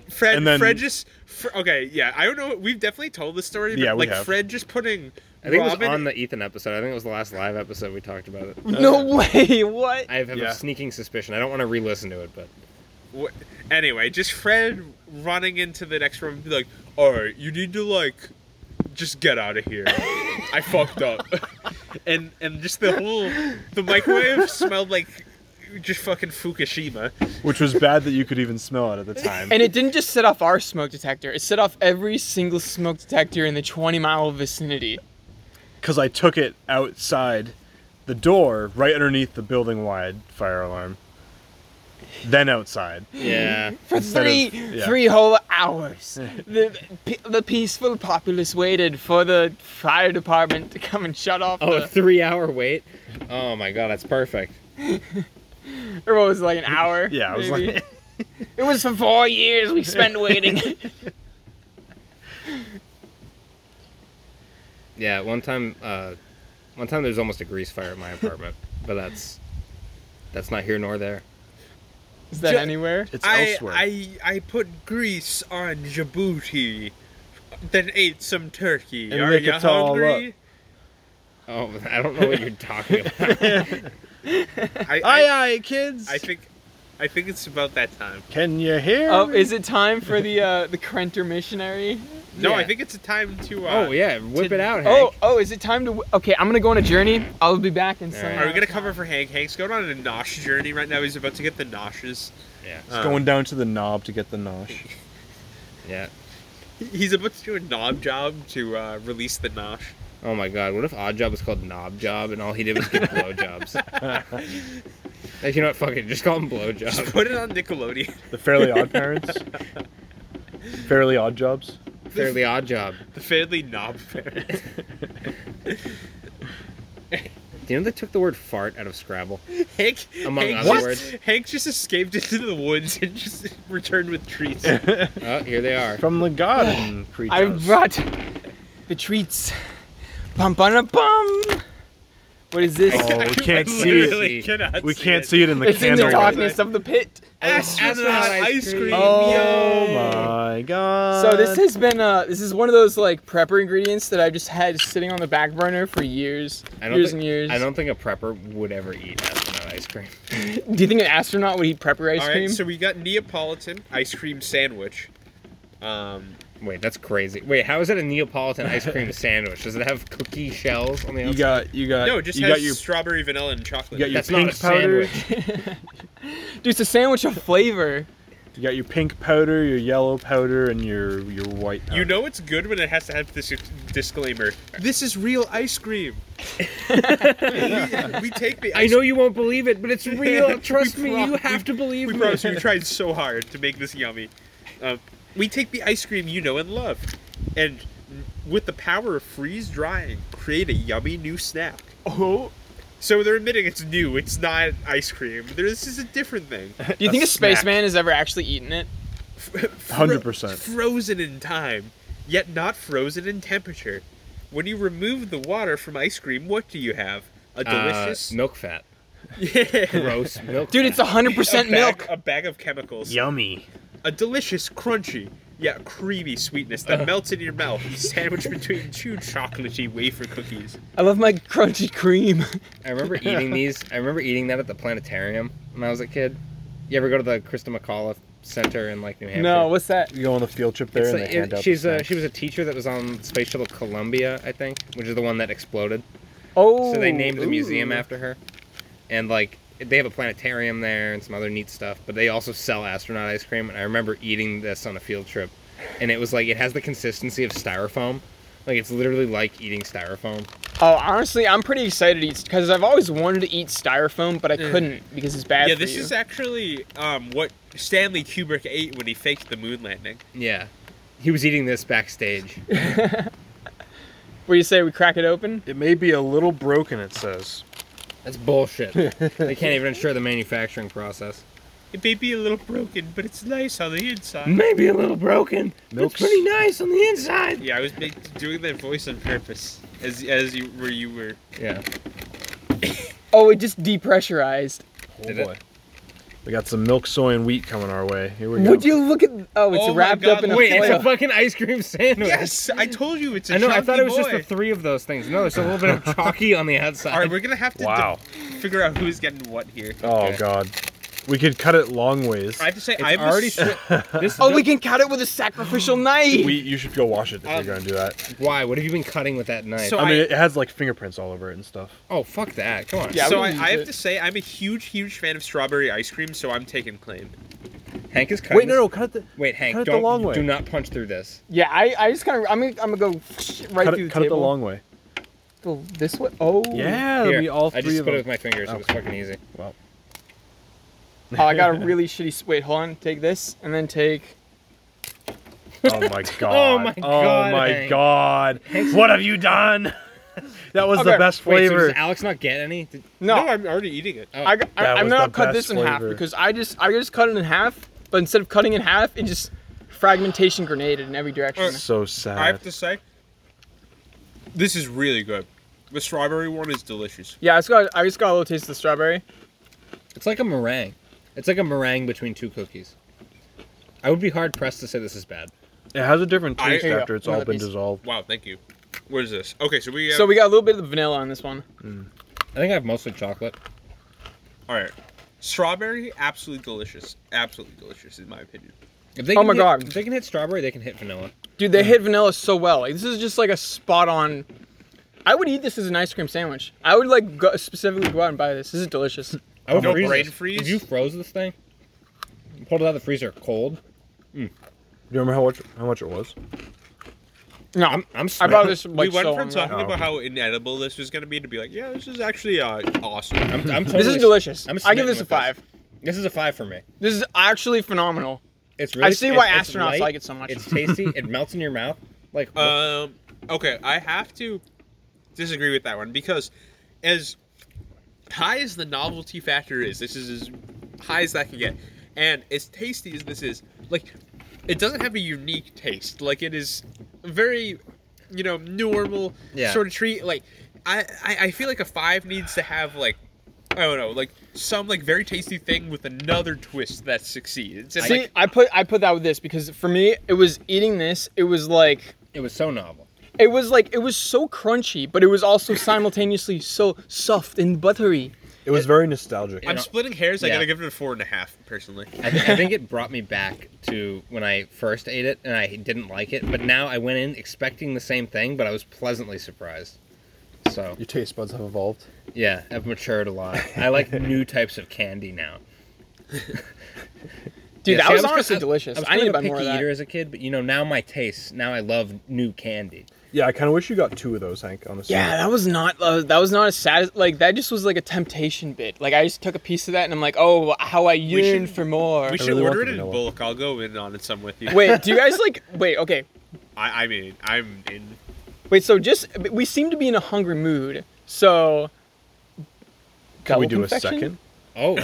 C: Fred,
E: And then-
C: Fred just. Fr- okay, yeah, I don't know. We've definitely told this story, but
E: Yeah, we
C: like
E: have.
C: Fred just putting.
B: I think
C: ramen
B: it was on the Ethan episode. I think it was the last live episode we talked about it.
D: no way. What?
B: I have, have
E: Yeah.
B: a sneaking suspicion. I don't want to re-listen to it, but
C: Wh- anyway, just Fred running into the next room, and be like, "All right, you need to like, just get out of here. I fucked up." and and just the whole the microwave smelled like just fucking Fukushima.
E: Which was bad that you could even smell it at the time.
D: And it didn't just set off our smoke detector. It set off every single smoke detector in the 20 mile vicinity.
E: Because I took it outside the door, right underneath the building wide fire alarm. Then outside.
B: yeah.
D: For
E: Instead of-
D: three,
E: yeah.
D: three whole hours. the, pe- the peaceful populace waited for the fire department to come and shut off.
B: Oh, a
D: the-
B: three-hour wait. Oh my god, that's perfect.
D: or what was it, like an hour?
E: Yeah, I was
D: maybe?
E: like,
D: It was for four years we spent waiting.
B: Yeah, one time, uh, one time there was almost a grease fire at my apartment, but that's that's not here nor there.
D: Is that
C: Ju-
D: anywhere?
E: it's
C: I,
E: elsewhere.
C: I I put grease on Djibouti, then ate some turkey.
E: And
C: Are
E: lick
C: you
E: it all
C: hungry?
B: Oh, I don't know what you're talking about.
C: I,
B: Oh,
C: I,
E: aye, aye, kids.
C: I think I think it's about that time.
E: Can you hear?
D: Oh,
E: me?
D: is it time for the uh, the Crenter missionary?
C: No, I
B: Yeah.
C: think it's a time to. Uh,
B: Oh yeah, whip it out,
D: Oh,
B: Hank.
D: oh, is it time to? Okay, I'm gonna go on a journey. I'll be back in some.
B: Alright.
C: Are we gonna cover for Hank? Hank's going on a nosh journey right now. He's about to get the noshes.
B: Yeah,
C: Uh,
E: Going down to the knob to get the nosh.
B: yeah.
C: He's about to do a knob job to uh, release the nosh.
B: Oh my God, what if Odd Job was called Knob Job and all he did was give blowjobs? like, you know what? Fuck it, just call him
C: Just
B: blowjob.
C: put it on Nickelodeon.
E: The Fairly Odd Parents. Fairly Odd Jobs.
B: Fairly Odd Job.
C: The Fairly Knob Parents.
B: Do you know they took the word fart out of Scrabble?
C: Hank,
B: Among
C: Hank
B: other
C: just-
B: words.
C: Hank just escaped into the woods and just returned with treats.
B: Oh, here they are.
E: From the garden creatures.
D: I brought the treats. Bum bum bum. What is this?
E: Oh, we can't
C: I
E: see it.
C: literally cannot
E: We can't see it in the
D: it's in the
E: candlelight.
D: darkness of the pit.
C: Astronaut ice cream.
E: Oh my god.
D: So this has been uh this is one of those like prepper ingredients that I just had sitting on the back burner for years,
B: I don't
D: years
B: think,
D: and years.
B: I don't think a prepper would ever eat astronaut ice cream.
D: Do you think an astronaut would eat prepper ice
C: All right,
D: cream?
C: so we got Neapolitan ice cream sandwich. Um,
B: Wait, that's crazy. Wait, how is it a Neapolitan ice cream sandwich? Does it have cookie shells on the
E: You
B: outside?
E: got you got
C: no, it just
E: you
C: has
E: got your
C: strawberry, vanilla, and chocolate.
E: you got your
B: that's
E: pink
B: not a
E: powder.
B: sandwich.
D: Dude, it's a sandwich of flavor.
E: You got your pink powder, your yellow powder, and your your white. Powder.
C: You know it's good when it has to have this disclaimer. This is real ice cream. we, we take the.
B: I
C: ice
B: know you won't believe it, but it's real. Trust me, you
C: prob-
B: have to believe
C: We
B: me.
C: promise we tried so hard to make this yummy. Um, we take the ice cream you know and love, and with the power of freeze drying, create a yummy new snack.
D: Oh.
C: So they're admitting it's new. It's not ice cream. There- This is a different thing.
D: Do you think a
E: snack.
D: spaceman has ever actually eaten it?
C: Fro-
E: 100%.
C: frozen in time, yet not frozen in temperature. When you remove the water from ice cream, what do you have? A delicious
B: Uh, milk fat.
C: Yeah.
B: Gross milk.
D: Dude, it's 100%
C: a bag,
D: milk.
C: A bag of chemicals.
E: yummy.
C: A delicious, crunchy, yet creamy sweetness that melts in your mouth, sandwiched between two chocolatey wafer cookies.
D: I love my crunchy cream.
B: I remember eating these. I remember eating that at the planetarium when I was a kid. You ever go to the Krista McAuliffe Center in like New Hampshire?
D: no, what's that?
E: You go on the field trip there,
B: It's
E: and
B: like-
E: they hand
B: it-
E: out.
B: she's uh,
E: the
B: a,
E: snack.
B: she was a teacher that was on Space Shuttle Columbia, I think, which is the one that exploded.
D: Oh.
B: So they named the museum
D: ooh.
B: after her. And like they have a planetarium there and some other neat stuff, but they also sell astronaut ice cream and I remember eating this on a field trip and it was like it has the consistency of styrofoam. Like it's literally like eating styrofoam.
D: Oh, honestly, I'm pretty excited to eat because I've always wanted to eat styrofoam, but I couldn't because it's bad
C: yeah,
D: for
C: this
D: you.
C: is actually um, what Stanley Kubrick ate when he faked the moon landing.
B: Yeah. He was eating this backstage.
D: Where you say we crack it open?
E: It may be a little broken. It says.
B: That's bullshit. they can't even ensure the manufacturing process.
C: It may be a little broken, but it's nice on the inside.
B: Maybe a little broken.
E: Milk's-
B: Looks pretty nice on the inside.
C: Yeah, I was make, doing that voice on purpose, as as you where you were.
B: Yeah.
D: Oh, it just depressurized.
E: Oh
B: Did it?
E: boy. We got some milk, soy, and wheat coming our way. Here we go.
D: Would you look at? Oh, it's
C: Oh my
D: wrapped
C: God,
D: up in a
B: Wait, it's
D: foil.
B: a fucking ice cream sandwich.
C: Yes, I told you it's a
B: I know. I
C: chunky
B: thought it was just
C: boy.
B: the three of those things. No, there's a little bit of chalky on the outside.
C: All right, we're gonna have to
E: Wow.
C: de- figure out who's getting what here.
E: Oh
B: Okay.
E: god. We could cut it long ways.
C: I have to say,
B: It's
C: I'm
B: already
C: already.
B: this.
D: oh, we can cut it with a sacrificial knife.
E: we you should go wash it if
C: Um,
E: you're gonna do that.
B: Why? What have you been cutting with that knife?
C: So-
E: I mean,
C: I-
E: it has like fingerprints all over it and stuff.
B: oh, fuck that. Come on.
D: Yeah,
C: so
D: we
C: I,
D: can
C: I
D: use
C: have
D: it.
C: to say, I'm a huge, huge fan of strawberry ice cream, so I'm taking claim.
B: Hank is cutting.
E: Wait, no,
B: this-
E: no, cut it. The,
B: Wait, Hank,
E: cut it
B: don't
E: the long
B: you
E: way.
B: do not punch through this.
D: yeah, I, I just kind of I'm gonna I'm gonna go right
E: cut
D: through
E: it,
D: the
E: cut it the
D: table.
E: long way.
D: Well, this way. Oh.
E: Yeah, that'll
B: Here,
E: be all
B: I
E: three
B: just
E: of
B: put it with
E: them.
B: my fingers. It was fucking easy.
E: Well,
D: Oh, I got a really shitty. s- Wait, hold on. Take this and then take.
E: oh my god.
B: my
E: Oh
B: God,
E: my
B: Hank.
E: god. What have you done? that was the
D: Okay.
E: best
B: Wait, so
E: flavor.
B: does Alex not get any? Did-
D: No,
C: I'm already eating it.
D: I, got- I,
E: That
D: I'm
E: was
D: gonna
E: the
D: cut this
E: best
D: in half
E: flavor.
D: because I just I just cut it in half, but instead of cutting in half, it just fragmentation grenaded in every direction.
E: so
C: I have
E: sad.
C: to say, this is really good. The strawberry one is delicious.
D: Yeah, I just got I just got a little taste of the strawberry.
B: It's like a meringue. It's like a meringue between two cookies. I would be hard pressed to say this is bad.
E: It has a different
C: I-
E: taste
C: Here you
D: go.
E: after it's
D: Another
E: all been
D: piece.
E: dissolved.
C: Wow, thank you. What is this? Okay, so we. Have,
D: So we got a little bit of vanilla on this one.
B: I think I have mostly chocolate.
C: All right, strawberry, absolutely delicious. Absolutely delicious, in my opinion.
B: If they
D: Oh
B: can
D: my
B: hit-
D: God.
B: If they can hit strawberry, they can hit vanilla.
D: Dude,
B: Mm.
D: they hit vanilla so well. Like, this is just like a spot on. I would eat this as an ice cream sandwich. I would like go, specifically go out and buy this. This is delicious.
B: I would
C: No
B: freeze
C: brain
B: this.
C: freeze?
B: If you froze this thing, pulled it out of the freezer cold.
E: you remember how much how much it was?
D: No,
B: I'm I'm
D: I
B: smart.
D: bought this
C: we
D: like
C: went
D: so long
C: from
D: ago.
C: talking about how inedible this was gonna be to be like, yeah, this is actually uh, awesome.
B: I'm, I'm totally,
D: This is delicious.
B: I'm
D: i
B: smitten
D: give this a
B: with
D: five.
B: This is a five for me.
D: This is actually phenomenal.
B: It's really.
D: see why
B: it's- it's
D: astronauts
B: light,
D: like it so much.
B: It's tasty. it melts in your mouth. Like
D: Uh,
C: Um, okay, I have to disagree with that one because as high as the novelty factor is, this is as high as that can get, and as tasty as this is, like it doesn't have a unique taste. Like it is very, you know, normal
B: Yeah.
C: sort of treat. Like I, I, I feel like a five needs to have like. I don't know, like some like very tasty thing with another twist that succeeds. And,
D: See,
C: like,
D: I put I put that with this because for me it was eating this. It was like
B: it was so novel.
D: it was like it was so crunchy, but it was also simultaneously so soft and buttery.
E: It was very nostalgic.
C: I'm
B: know-
C: splitting hairs. I
B: Yeah.
C: gotta give it a four and a half personally.
B: I, th- I think it brought me back to when I first ate it and I didn't like it, but now I went in expecting the same thing, but I was pleasantly surprised. So
E: Your taste buds have evolved.
B: yeah, I've matured a lot. I like new types of candy now.
D: Dude,
B: Yeah,
D: that
B: see,
D: was,
B: I
D: honestly
B: I-
D: delicious.
B: I was
D: I,
B: kind
D: need to
B: of a
D: buy more
B: picky
D: of that.
B: eater as a kid, but you know now my taste. Now I love new candy.
E: Yeah, I kind of wish you got two of those, Hank. Honestly.
D: Yeah, that was not uh, that was not a sad like that just was like a temptation bit. Like I just took a piece of that and I'm like, oh, how I yearn for more.
C: We should
E: really want
C: order it
E: the
C: in
E: vanilla.
C: bulk. I'll go in on it some with you.
D: Wait, do you guys like? Wait, okay,
C: I, I mean, I'm in.
D: wait. So just we seem to be in a hungry mood. So
E: Can we
D: double
E: do a
D: confection?
E: second?
B: Oh,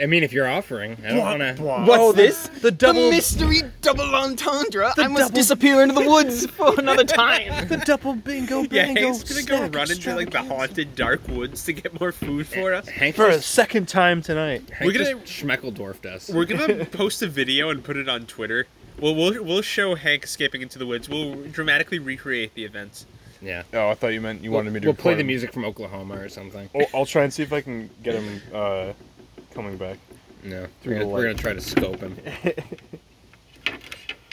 B: I mean if you're offering, I don't want to.
D: What's this?
E: Oh, The double
D: mystery double entendre. I must disappear into the woods for another time.
E: the double bingo
C: Yeah, Hank's gonna go run into like the haunted dark woods to get more food for us.
B: Hank
E: for a
B: just,
E: second time tonight.
B: Hank
C: We're gonna-
B: just schmeckeldorfed us.
C: We're gonna post a video and put it on Twitter. We'll we'll, we'll show Hank escaping into the woods. We'll dramatically recreate the events.
B: Yeah.
E: Oh, I thought you meant you wanted me to
B: we'll play
E: record
B: the
E: him.
B: music from Oklahoma or something.
E: Oh, I'll try and see if I can get him uh, coming back.
B: No,
E: Through
B: we're gonna,
E: the
B: we're
E: light.
B: gonna try to scope him.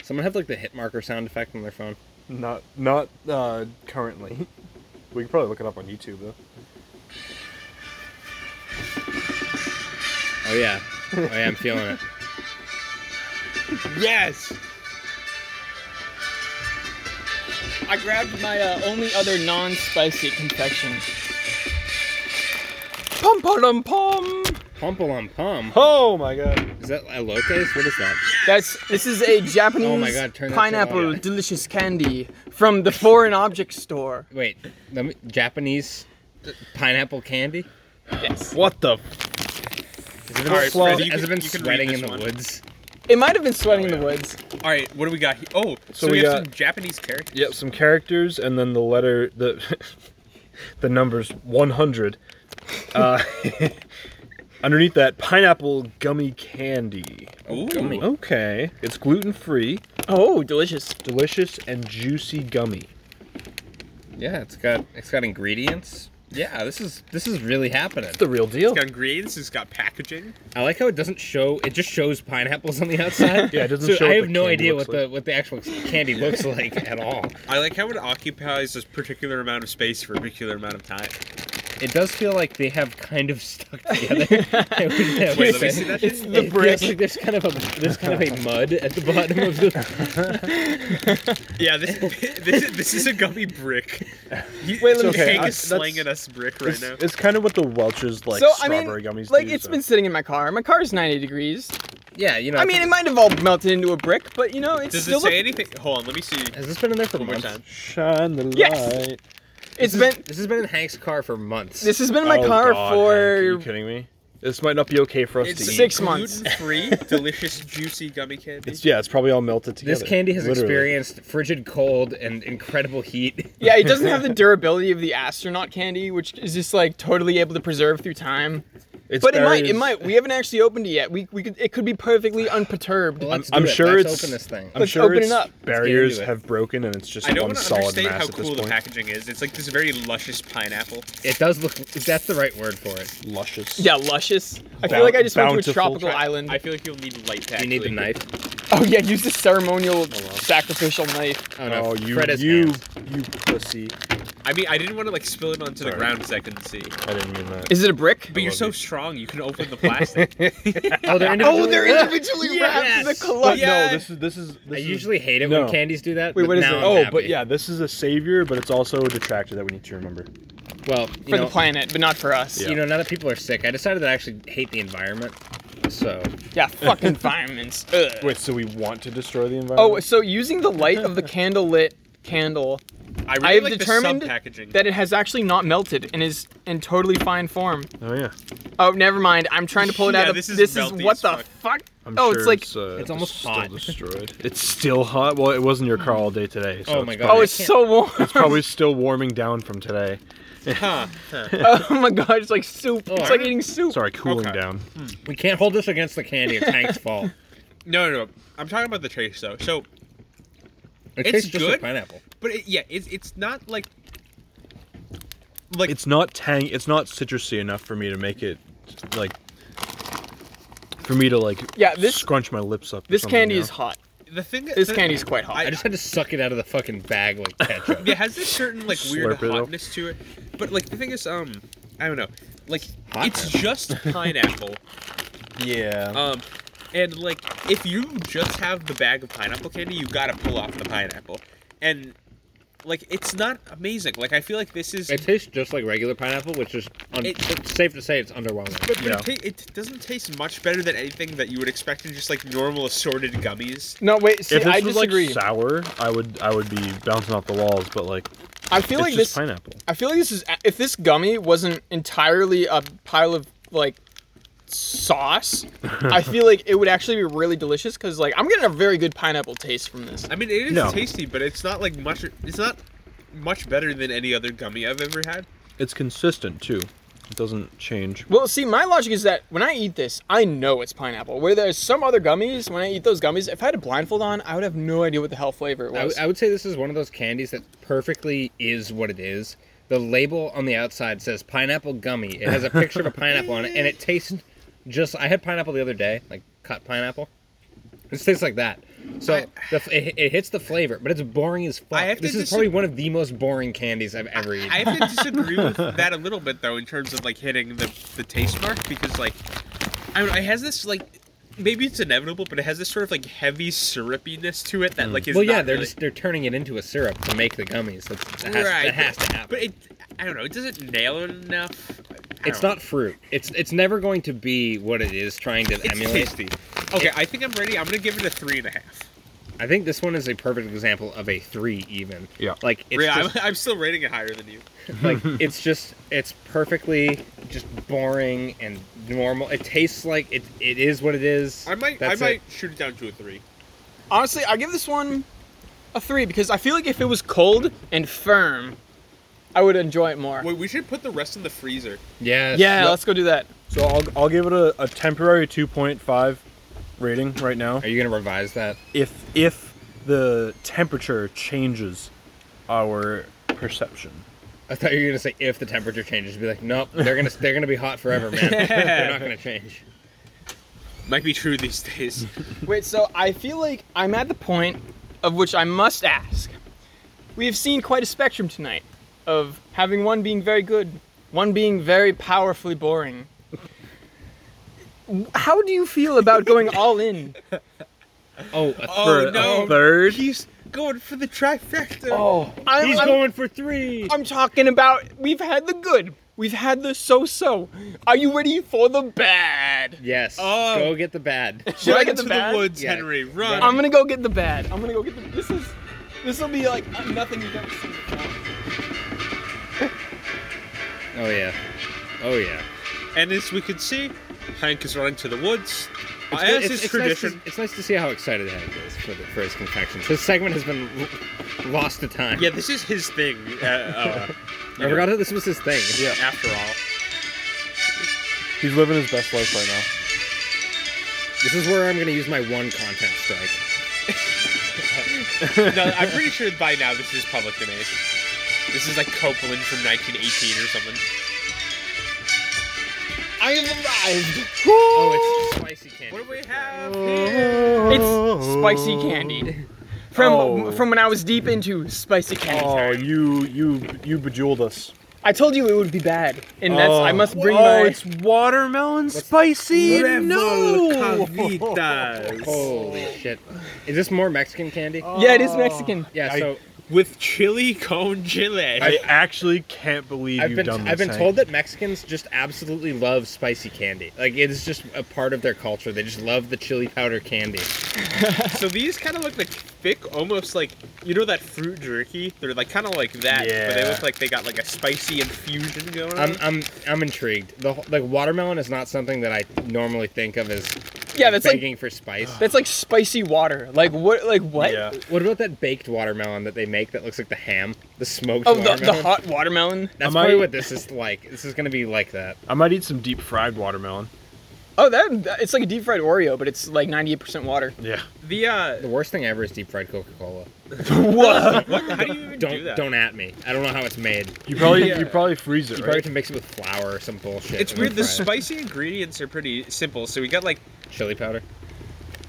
B: Someone have like the hit marker sound effect on their phone.
E: Not not uh, currently. We could probably look it up on YouTube though.
B: Oh yeah, oh, yeah, I'm feeling it.
C: Yes.
D: I grabbed my uh, only other non-spicy confection. Pum pum pum.
B: Pumple on pum.
E: Oh my god!
B: Is that elotes? What is that?
D: That's this is a Japanese
B: Oh my God, turn that shit
D: pineapple
B: off.
D: delicious candy from the foreign object store.
B: Wait, let me, Japanese pineapple candy.
D: Yes.
E: What the?
B: Has it been,
C: All right,
B: sweat-
C: Fred, you
B: has it
C: can-
B: been
C: you can read
B: sweating in
C: this
B: the
C: one.
B: woods?
D: It might have been sweating in the woods.
C: All right. What do we got? Here? Oh, so,
E: So
C: we,
E: we
C: have
E: got-
C: some Japanese characters.
E: Yep, some characters and then the letter the the numbers 100. Uh, underneath that, pineapple gummy candy.
C: Ooh.
E: Okay, it's gluten free,
D: Oh, delicious.
E: delicious, and juicy gummy.
B: Yeah, it's got it's got ingredients. Yeah, this is this is really happening.
E: The real deal.
C: It's got ingredients. It's got packaging.
B: I like how it doesn't show. It just shows pineapples on the outside.
E: Yeah, it doesn't
B: so
E: show
B: I
E: what
B: have
E: the
B: no
E: candy
B: idea
E: looks
B: what the what the actual candy looks like at all.
C: I like how it occupies this particular amount of space for a particular amount of time.
B: It does feel like they have kind of stuck together. I wouldn't have
C: Wait, let me
B: said-
C: see that.
D: It's
B: It
D: the
B: feels
D: brick.
B: like there's kind of a there's kind of a mud at the bottom of the.
C: Yeah, this this is, this is a gummy brick. You,
D: Wait, let me-
E: Okay,
C: Hank
E: I-
C: is
E: Uh, that's-
C: slinging us brick right
E: It's,
C: now.
E: it's kind of what the Welch's like
D: so I mean,
E: strawberry gummies
D: like
E: do,
D: it's
E: so-
D: been sitting in my car. My car's 90 degrees.
B: Yeah, you know.
D: I mean, it might have all melted into a brick, but you know, it's
C: Does
D: still
C: it say
D: a-
C: anything? Hold on, let me see.
B: has this been in there for
C: One more
B: months?
C: time.
E: Shine the light.
D: Yes! it's been
B: This has been in Hank's car for months.
D: this has been in my
E: Oh,
D: car
E: God, Hank, Are you
D: for
E: kidding me? This might not be okay for us to
D: It's
E: eat.
D: six months.
C: Gluten-free, delicious, juicy gummy candy.
E: It's yeah, it's probably all melted together.
B: this candy has
E: literally.
B: experienced frigid cold and incredible heat.
D: yeah. It doesn't have the durability of the astronaut candy, which is just like totally able to preserve through time.
E: It's
D: but it might, it
E: berries.
D: might. We haven't actually opened it yet. We, we could, it could be perfectly unperturbed.
B: Well, let's
E: I'm
B: do it.
E: sure
B: Let's
E: it's-
B: open this thing.
E: I'm
D: Let's
E: sure
D: open
E: its
D: it up.
E: barriers
B: into it.
E: have broken and it's
C: I
E: just
C: don't
E: one
C: want to
E: solid
C: understand how
E: mass at this
C: cool the
E: point.
C: packaging is. It's like this very luscious pineapple.
B: It does look. That's the right word for it.
E: Luscious.
D: Yeah, luscious. I feel
E: Bou-
D: like I just went to a
E: bountiful
D: tropical
E: tri-
D: island.
C: I feel like you'll need light. Actually.
B: You need the knife.
D: Oh yeah, use the ceremonial sacrificial knife.
B: Oh no,
E: Oh, you,
B: Fred has
E: you,
B: hands.
E: you pussy!
C: I mean, I didn't want to like spill it onto the ground because I couldn't see.
E: I didn't mean that.
D: Is it a brick?
C: But you're so strong, you can open the plastic.
B: Oh, they're
D: Oh, they're individually wrapped in the
B: Yes!
D: collect.
C: Yeah.
E: No, this is this is. This
B: I
E: is-
B: usually hate it
E: No.
B: when candies do that.
D: Wait,
B: but
D: what is
B: now
D: it?
B: I'm
E: Oh, but
B: happy.
E: yeah, this is a savior, but it's also a detractor that we need to remember.
B: Well, you
D: For
B: know,
D: the planet, but not for us.
B: You know, now that people are sick, I decided that I actually hate the environment. So
D: Yeah, fuck environments. Ugh.
E: Wait, so we want to destroy the environment?
D: Oh, so using the light of the candle lit candle,
C: I really
D: I have
C: like
D: determined
C: the packaging.
D: that it has actually not melted and is in totally fine form.
E: oh yeah.
D: Oh, never mind. I'm trying to pull it
C: Yeah,
D: out of
C: this
D: this.
C: is
D: Is,
C: melty
D: what
C: as
D: the
C: fuck.
D: fuck?
E: I'm
D: oh,
E: sure
D: it's like
E: uh,
B: It's almost
E: still
B: hot.
E: destroyed. It's still hot. Well, it wasn't your car all day today. So
B: Oh my
E: it's
B: God.
D: oh,
E: probably-
D: it's so warm.
E: it's probably still warming down from today.
C: huh. huh.
D: oh my god, it's like soup.
B: Oh,
D: It's
B: I
D: like
B: don't-
D: eating soup.
E: Sorry, cooling
C: Okay.
E: down.
B: we can't hold this against the candy. It's Hank's fault.
C: No, no, no. I'm talking about the trace though. So,
B: It
C: It's
B: tastes just like
C: good.
B: pineapple.
C: but it, yeah, it's it's not like like
E: It's not tang. It's not citrusy enough for me to make it like for me to like
D: Yeah, this-
E: scrunch my lips up. or
D: This
E: something,
D: candy
E: you
D: is
E: know?
D: hot.
C: the thing.
D: This
C: the,
D: candy's quite hot.
B: I just had to suck it out of the fucking bag like ketchup.
C: it has this certain like weird
E: Slurp it up.
C: hotness to it. But like the thing is, um, I don't know. Like
B: Hot,
C: it's
B: man.
C: just pineapple.
E: Yeah.
C: Um, and like if you just have the bag of pineapple candy, you gotta pull off the pineapple. And like it's not amazing. Like I feel like this is.
B: it tastes just like regular pineapple, which is un-
C: It-
B: it's safe to say it's underwhelming.
C: but but
E: Yeah.
C: it, ta- it doesn't taste much better than anything that you would expect in just like normal assorted gummies.
D: No, wait. See,
E: if this
D: I
E: was
D: disagree.
E: like sour, I would I would be bouncing off the walls. But like,
D: I feel
E: it's
D: like this.
E: just pineapple.
D: I feel like this is if this gummy wasn't entirely a pile of like sauce, I feel like it would actually be really delicious because like I'm getting a very good pineapple taste from this.
C: I mean, it is
E: No.
C: tasty, but it's not like much. It's not much better than any other gummy I've ever had.
E: It's consistent too. It doesn't change.
D: Well, see, my logic is that when I eat this, I know it's pineapple. Where there's some other gummies, when I eat those gummies, if I had a blindfold on, I would have no idea what the hell flavor it
B: I,
D: was.
B: I would say this is one of those candies that perfectly is what it is. The label on the outside says pineapple gummy. It has a picture of a pineapple on it, and it tastes just. I had pineapple the other day, like cut pineapple. It tastes like that. So
C: I-
B: the, f- it, it hits the flavor, but it's boring as fuck.
C: I have to
B: this is
C: dis-
B: probably one of the most boring candies I've ever eaten.
C: I have to disagree with that a little bit though in terms of like hitting the, the taste mark because like I don't know, it has this like maybe it's inevitable, but it has this sort of like heavy syrupiness to it that like is
B: well, yeah,
C: not
B: they're
C: really-
B: just they're turning it into a syrup to make the gummies. That's, that, has,
C: right.
B: that has to
C: but-
B: happen.
C: But it I don't know, it doesn't nail it enough. I
B: it's
C: don't
B: not fruit. It's it's never going to be what it is trying to
C: know. it's
B: emulate.
C: tasty. Okay, I think I'm ready. I'm gonna give it a three and a half.
B: I think this one is a perfect example of a three, even.
E: Yeah.
B: Like it's
C: Rhea,
B: just,
C: I'm, I'm still rating it higher than you.
B: like it's just it's perfectly just boring and normal. It tastes like it. It is what it is.
C: I might
B: That's
C: I might
B: It.
C: shoot it down to a three.
D: Honestly, I give this one a three because I feel like if it was cold and firm, I would enjoy it more.
C: Wait, we should put the rest in the freezer.
B: Yes.
D: Yeah, let's go do that.
E: So I'll I'll give it a, a temporary 2.5 rating right now.
B: Are you gonna revise that?
E: If if the temperature changes our perception.
B: I thought you were gonna say if the temperature changes, be like, nope, they're gonna they're gonna be hot forever, man. they're not gonna change.
C: Might be true these days.
D: Wait, so I feel like I'm at the point of which I must ask. We have seen quite a spectrum tonight of having one being very good, one being very powerfully boring. How do you feel about going all in?
B: Oh, a
C: Oh
E: a
C: no,
E: third?
C: He's going for the trifecta.
B: Oh,
D: I'm,
B: he's
D: I'm-
B: going for three.
D: I'm talking about we've had the good, we've had the so-so. Are you ready for the bad?
B: yes.
C: Oh.
B: Go get the bad.
D: Should
C: run
D: I get
C: to
D: the
C: the,
D: bad?
C: woods,
B: Yeah.
C: Henry. Run.
D: I'm gonna go get the bad. I'm gonna go get the. This is. This will be like nothing you've ever seen. before.
B: Oh yeah. Oh yeah.
C: And as we can see, Hank is running to the woods.
B: It's
C: as
B: good- it's-
C: is
B: it's nice to-
C: tradition.
B: it's nice to see how excited Hank is for, the, for his confections. His segment has been l- lost to time.
C: Yeah, this is his thing. Uh, uh,
B: I forgot that this was his thing.
E: Yeah.
C: After all,
E: He's living his best life right now.
B: This is where I'm gonna use my one content strike.
C: no, I'm pretty sure by now this is public domain. This is like Copeland from 1918 or something.
D: I have arrived.
B: Oh, it's spicy candy.
C: What do we
B: for
C: have?
D: It's spicy candy. From
E: Oh.
D: from when I was deep into spicy candy.
E: Oh, you you you bejeweled us.
D: I told you it would be bad, and that's I must bring
E: oh,
D: my.
E: it's watermelon spicy. No.
C: Cavitas.
B: Holy shit. Is this more Mexican candy?
D: Yeah, it is Mexican.
B: yeah,
E: I-
B: so
C: With chili con chile.
E: I actually can't believe
B: I've
E: you've
B: been
E: done this.
B: I've been
E: Hank.
B: told that Mexicans just absolutely love spicy candy. Like it is just a part of their culture. They just love the chili powder candy.
C: so these kind of look like thick, almost like you know that fruit jerky. They're like kind of like that, but they
E: Yeah.
C: look like they got like a spicy infusion going on.
B: I'm I'm I'm intrigued. The whole- like watermelon is not something that I normally think of as
D: Yeah, that's like
B: begging for spice.
D: that's like spicy water. Like what? Like what?
E: Yeah.
B: What about that baked watermelon that they make that looks like the ham, the smoked
D: Oh, the,
B: watermelon?
D: the hot watermelon.
B: That's
E: Am
B: probably
E: I-
B: what this is like. This is gonna be like that.
E: I might eat some deep fried watermelon.
D: Oh, that that- it's like a deep fried Oreo, but it's like 98% water.
E: Yeah.
C: the uh,
B: The worst thing ever is deep fried Coca Cola.
D: Whoa!
C: what, how do you even
B: Don't
C: do that?
B: don't at me. I don't know how it's made. You
E: You probably
C: Yeah.
E: you probably freeze it,
B: probably have
E: right?
B: to mix it with flour or some bullshit.
C: It's
B: and then
C: weird. The
B: fry it.
C: spicy ingredients are pretty simple. So we got like,
B: chili powder.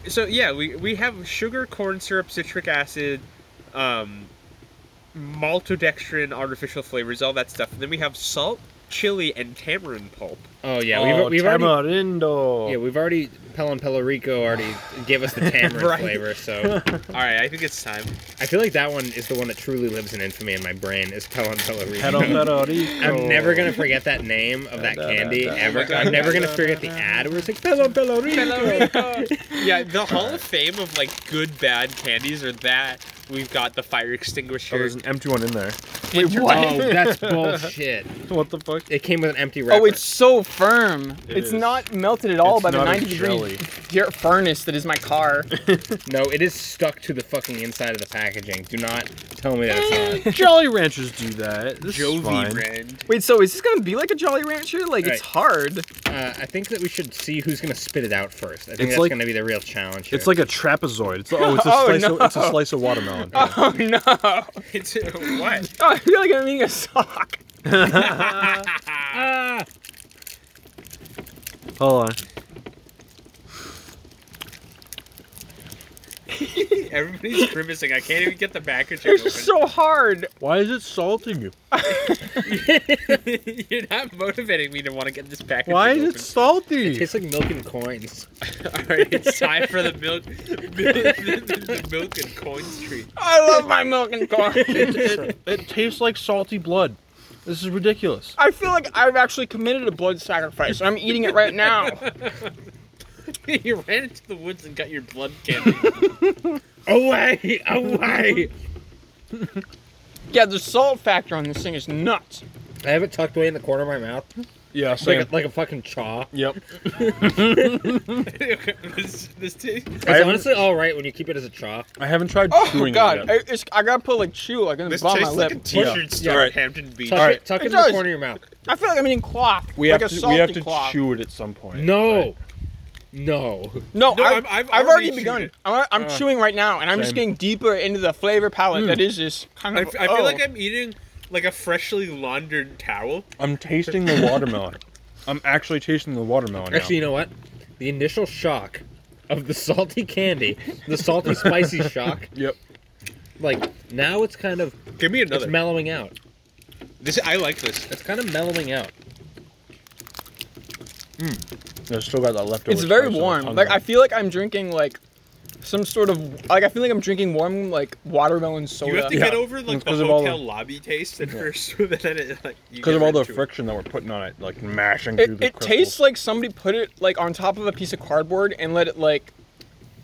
C: so yeah, we we have sugar, corn syrup, citric acid, um, maltodextrin, artificial flavors, all that stuff. And then we have salt, chili, and tamarind pulp.
B: Oh yeah,
E: oh,
B: we've, we've already
E: tamarindo.
B: yeah we've already Pel and Pelorico already gave us the tamarind
C: Right.
B: flavor. So
C: All right, I think it's time.
B: I feel like that one is the one that truly lives in infamy in my brain is Pel and Pelorico. I'm
E: I'm
B: never gonna forget that name of that candy ever. I'm never gonna forget the ad where it's like Pel and Pelorico.
C: yeah, the Hall of Fame of like good bad candies are that. We've got the fire
E: Oh,
C: extinguisher.
E: there's an empty one in there.
D: Wait,
B: Oh,
D: what?
B: that's bullshit.
E: What the fuck?
B: It came with an empty wrapper.
D: Oh, it's so firm. it's
E: is.
D: not melted at all
E: It's
D: by the
E: not a
D: 90 degree
E: jelly.
D: jar- furnace that is my car.
B: no, it is stuck to the fucking inside of the packaging. Do not tell me that it's not.
E: Jolly Ranchers do that. This is
C: Jovi
E: fine.
C: brand.
D: Wait, so is this gonna be like a Jolly Rancher? Like
B: Right.
D: it's hard.
B: Uh, I think that we should see who's gonna spit it out first. I think
E: It's
B: that's
E: like-
B: gonna be the real challenge. Here.
E: It's like a trapezoid. It's, oh, it's a
D: Oh,
E: slice.
D: no.
E: Of, it's a slice of watermelon.
D: Oh no! Oh,
C: It's uh, what?
D: I feel like I'm eating a sock.
E: Hold on.
C: Everybody's grimacing. I can't even get the packaging
D: It's
C: open.
D: just so hard.
E: Why is it salting you?
C: You're not motivating me to want to get this package.
E: Why
C: open.
E: is it salty?
B: tastes like milk and coins.
C: All right, it's time for the milk, the, milk and coins treat.
D: I love my milk and corn.
E: it, it tastes like salty blood. This is ridiculous.
D: I feel like I've actually committed a blood sacrifice. I'm eating it right now.
C: you ran into the woods and got your blood candy.
B: Away! Away!
D: Yeah, the salt factor on this thing is nuts.
B: I have it tucked away in the corner of my mouth,
E: Yeah,
B: like
E: same.
B: a, like a fucking chaw.
E: yep.
C: this, this tastes-
B: It's
E: haven't-
B: honestly all right when you keep it as a chaw.
E: I haven't tried
D: Oh
E: chewing
D: god,
E: it
D: I,
E: yet.
D: it's, I gotta put like chew like in the
C: this
D: bottom
C: tastes
D: of my
C: like a
D: lip.
C: t-shirt
E: Yeah.
C: store
E: Yeah.
C: at Hampton Beach.
B: Tuck
E: Alright.
B: it, tuck it,
D: It
B: in the
D: does.
B: corner of your mouth.
D: I feel like I'm eating clock.
E: We
D: like
E: have
D: a
E: to, we
D: salty
E: have to
D: clock.
E: chew it at some point.
B: No, no.
D: No,
C: No,
D: I,
C: I'm- I've
D: have
C: already
D: already,
C: chewed
D: begun.
C: it.
D: I'm, I'm chewing right now, and I'm just
E: Same.
D: getting deeper into the flavor palette that is this kind
C: I, I
D: of.
C: feel
D: oh.
C: like I'm eating like a freshly laundered towel.
E: I'm tasting the watermelon. I'm actually tasting the watermelon now.
B: Actually, you know what? The initial shock of the salty candy, the salty spicy shock,
E: Yep.
B: like now it's kind of
C: Give me another.
B: it's mellowing out.
C: this I like this.
B: It's kind of mellowing out.
E: I still got that leftover.
D: It's very
E: spice on
D: warm.
E: the tongue
D: Like I
E: there.
D: feel like I'm drinking like some sort of like I feel like I'm drinking warm like watermelon soda.
C: You have to
E: Yeah.
C: get over like
E: It's
C: the
E: 'cause of all
C: hotel
E: the-
C: lobby taste at first, so that it like you
E: because
C: get
E: of all the
C: into it.
E: friction that we're putting on it, like mashing through
D: it
E: the
D: it tastes like somebody put it like on top of a piece of cardboard and let it like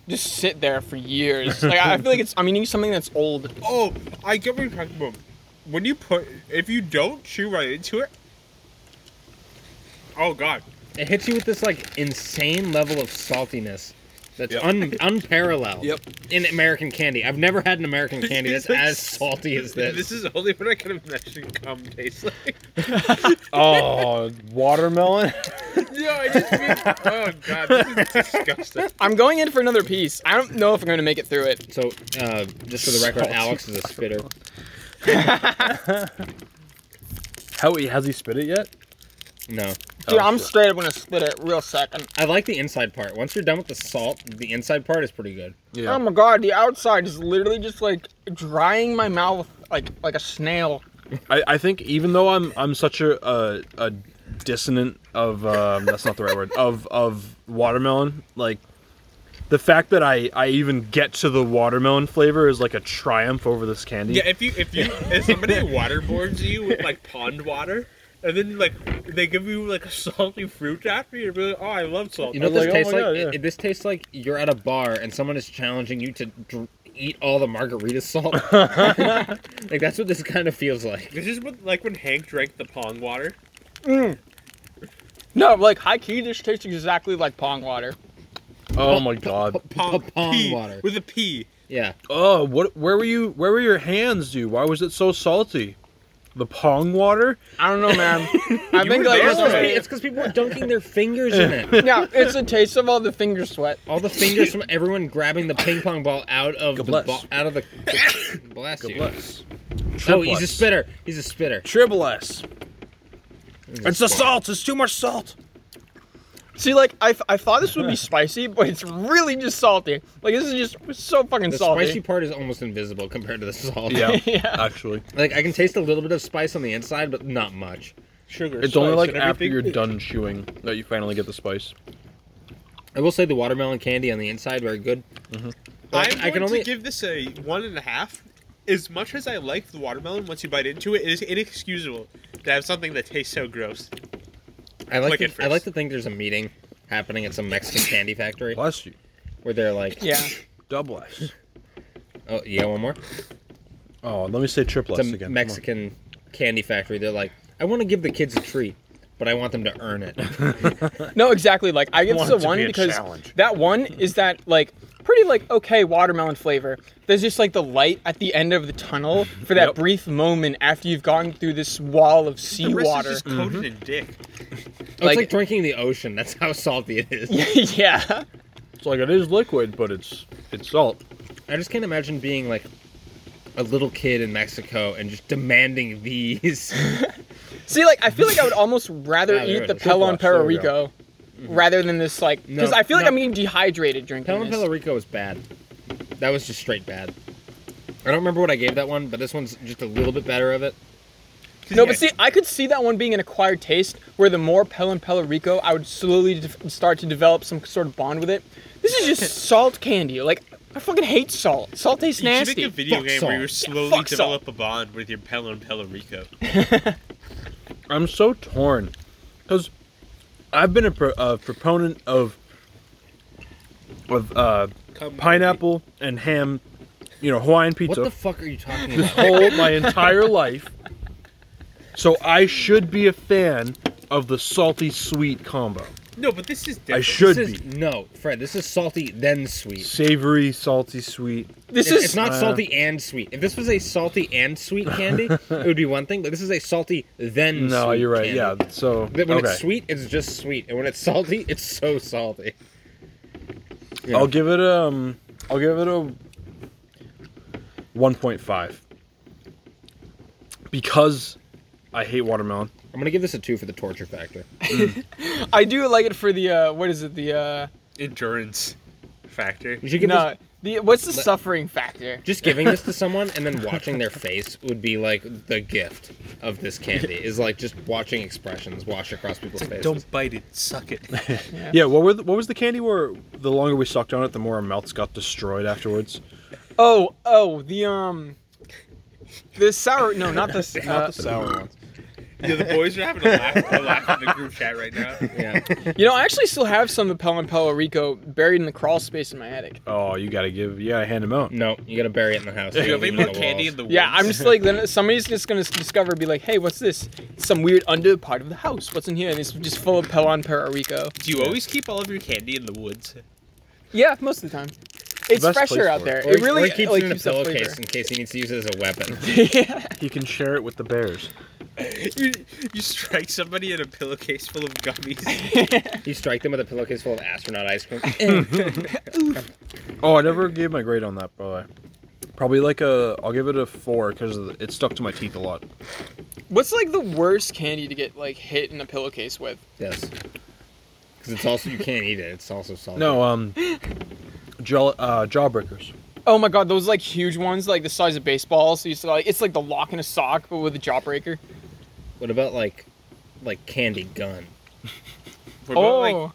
D: just sit there for years. like I I feel like it's I'm eating something that's old.
C: Oh, I get what you're talking about. When you put, if you don't chew right into it, oh god,
B: It hits you with this like insane level of saltiness that's
E: Yep.
B: un- unparalleled
E: Yep.
B: in American candy. I've never had an American candy that's
C: It's like
B: as salty as this.
C: this is only what I can imagine cum tastes like.
E: Oh, watermelon.
C: no, I just mean, oh god, this is disgusting.
D: I'm going in for another piece. I don't know if I'm going to make it through it.
B: So, uh, just for the record,
E: Salty
B: Alex is a spitter.
E: How has he spit it yet?
B: No.
E: Oh,
D: Dude, I'm straight up gonna split it real second.
B: I like the inside part. Once you're done with the salt, the inside part is pretty good.
D: Oh my god, the outside is literally just like drying my mouth like like a snail.
E: I, I think even though I'm I'm such a a, a dissonant of um, that's not the right word of of watermelon like the fact that I I even get to the watermelon flavor is like a triumph over this candy.
C: Yeah, if you if you if somebody waterboards you with like pond water, and then like they give you like a salty fruit after, you're like, oh, I love salt.
B: You know
E: I
B: what
E: was
B: this
E: like, oh
B: tastes
E: my
B: like?
E: God, yeah.
B: It- this tastes like you're at a bar and someone is challenging you to dr- eat all the margarita salt. like that's what this kind of feels like.
C: this is what like when Hank drank the pond water.
D: No, like high key, this tastes exactly like pong water.
E: Oh my god.
B: Pong,
C: P,
B: water.
C: with a P.
B: Yeah.
E: Oh, what? Where were you? Where were your hands, dude? Why was it so salty? The pong water?
D: I don't know, man. I think like
B: It's 'cause
D: it's-
B: pe- it's because people are dunking their fingers in it.
D: yeah, it's the taste of all the finger sweat.
B: All the fingers from everyone grabbing the ping pong ball out of the
E: bless.
B: ball, out of the. bless you.
E: Bless.
B: Oh, he's a
E: bless.
B: spitter. He's a spitter.
E: Triple S. It's the salt. It's too much salt.
D: See, like I, I thought this would be spicy, but it's really just salty. Like this is just so fucking
B: The
D: salty.
B: spicy part is almost invisible compared to the salt.
E: Yeah,
D: Yeah.
E: actually,
B: Like I can taste a little bit of spice on the inside, but not much.
C: Sugar.
E: it's only like after you're done chewing that you finally get the spice.
B: I will say the watermelon candy on the inside very good.
C: I'm
B: I
C: going
B: can only
C: to give this a one and a half. As much as I like the watermelon, once you bite into it, it is inexcusable to have something that tastes so gross.
B: I like
C: Lick
B: to,
C: it
B: I like
C: first.
B: to think there's a meeting happening at some Mexican candy factory
E: Bless you.
B: where they're like,
D: yeah.
E: Double S.
B: oh yeah, one more.
E: Oh, let me say triple S
B: It's a
E: again.
B: Mexican candy factory. They're like, I want to give the kids a treat, but I want them to earn it. Oh,
D: No, exactly. Like I give this a
E: it to
D: one
E: be a
D: because
E: challenge.
D: that one is that like pretty like okay watermelon flavor. There's just like the light at the end of the tunnel for that
E: Yep.
D: brief moment after you've gone through this wall of
C: The rest
D: seawater.
C: is just coated in dick.
B: Oh, it's
D: Like-
B: like drinking the ocean. That's how salty it is.
D: yeah.
E: It's like it is liquid, but it's it's salt.
B: I just can't imagine being like a little kid in Mexico and just demanding these.
D: See, like I feel like I would almost rather
B: Yeah,
D: eat
B: there
D: the
B: it is. Triple
D: Pelon
B: S, there
D: Perro
B: we
D: Rico rather than this like because
B: No,
D: I feel like
B: no.
D: I'm getting dehydrated drinking
B: Pelon
D: this.
B: Pelorico was bad. That was just straight bad. I don't remember what I gave that one, but this one's just a little bit better of it.
D: No, but see, I could see that one being an acquired taste, where the more Pelon Pelorico, I would slowly de- start to develop some sort of bond with it. This is just salt candy. Like, I fucking hate salt. Salt tastes
C: You should
D: nasty.
C: make a video
B: Fuck
C: game where you
D: salt. Yeah,
C: slowly
D: fuck
C: develop a bond with your Pelon Pelorico.
E: I'm so torn because I've been a, pro- a proponent of of uh,
C: Come-
E: pineapple and ham, you know, Hawaiian
B: What
E: pizza
B: the fuck are you talking about?
E: whole my entire life. So I should be a fan of the salty sweet combo.
C: No, but this is
E: I
C: different.
E: should
B: this is,
E: be
B: No, Fred, this is salty then sweet.
E: savory, salty, sweet.
D: This
B: It's,
D: is
B: it's not
E: uh,
B: salty and sweet. If this was a salty and sweet candy, it would be one thing, but this is a salty then
E: No,
B: sweet
E: you're right.
B: candy.
E: Yeah. So
B: That When
E: okay.
B: it's sweet, it's just sweet. And when it's salty, it's so salty. yeah.
E: I'll give it um. I'll give it a 1.5 because I hate watermelon.
B: I'm going to give this a 2 for the torture factor.
D: I do like it for the uh, what is it? The uh,
C: endurance factor.
B: You should give
D: no,
B: this,
D: the what's the suffering factor?
B: just giving this to someone and then watching their face would be like the gift of this candy. Is like just watching expressions wash across people's faces.
C: Don't bite it, suck it.
E: Yeah. What were the, what was the candy where the longer we sucked on it, the more our mouths got destroyed afterwards?
D: Oh, oh, the um, the sour. No, not the. s- Uh,
E: sour ones.
C: yeah, the boys are having a laugh, a laugh in the group chat right now.
B: Yeah.
D: you know, I actually still have some of the Pelon Pelorico buried in the crawl space in my attic.
E: Oh, you gotta give. You gotta hand them out.
B: No, you got to bury it in the house.
C: Do you
B: gotta
C: have any
B: leave it on
C: more candy
B: walls.
C: in the woods?
D: Yeah, I'm just like then somebody's just gonna s- discover, be like, hey, what's this? Some weird under part of the house. What's in here? And it's just full of Pelon Perorico.
C: Do you always keep all of your candy in the woods?
D: Yeah, most of the time. It's
E: best
D: fresher
E: place
D: out
E: for it.
D: there.
B: Or
D: It
B: he-
D: really
B: or he keeps
D: like,
B: it in a
D: keeps up flavor.
B: pillowcase in case he needs to use it as a weapon.
D: yeah.
E: You can share it with the bears.
C: You, you strike somebody in a pillowcase full of gummies.
B: you strike them with a pillowcase full of astronaut ice cream.
E: Oh, I never gave my grade on that, by the way. Probably like a, I'll give it a four because it stuck to my teeth a lot.
D: What's like the worst candy to get like hit in a pillowcase with?
B: Yes. Because it's also you can't eat it. It's also solid.
E: No, um, jaw uh, jawbreakers.
D: Oh my god, those like huge ones, like the size of baseballs. So you said like it's like the lock in a sock, but with a jawbreaker.
B: What about like, like candy gun?
C: What about
D: Oh,
C: like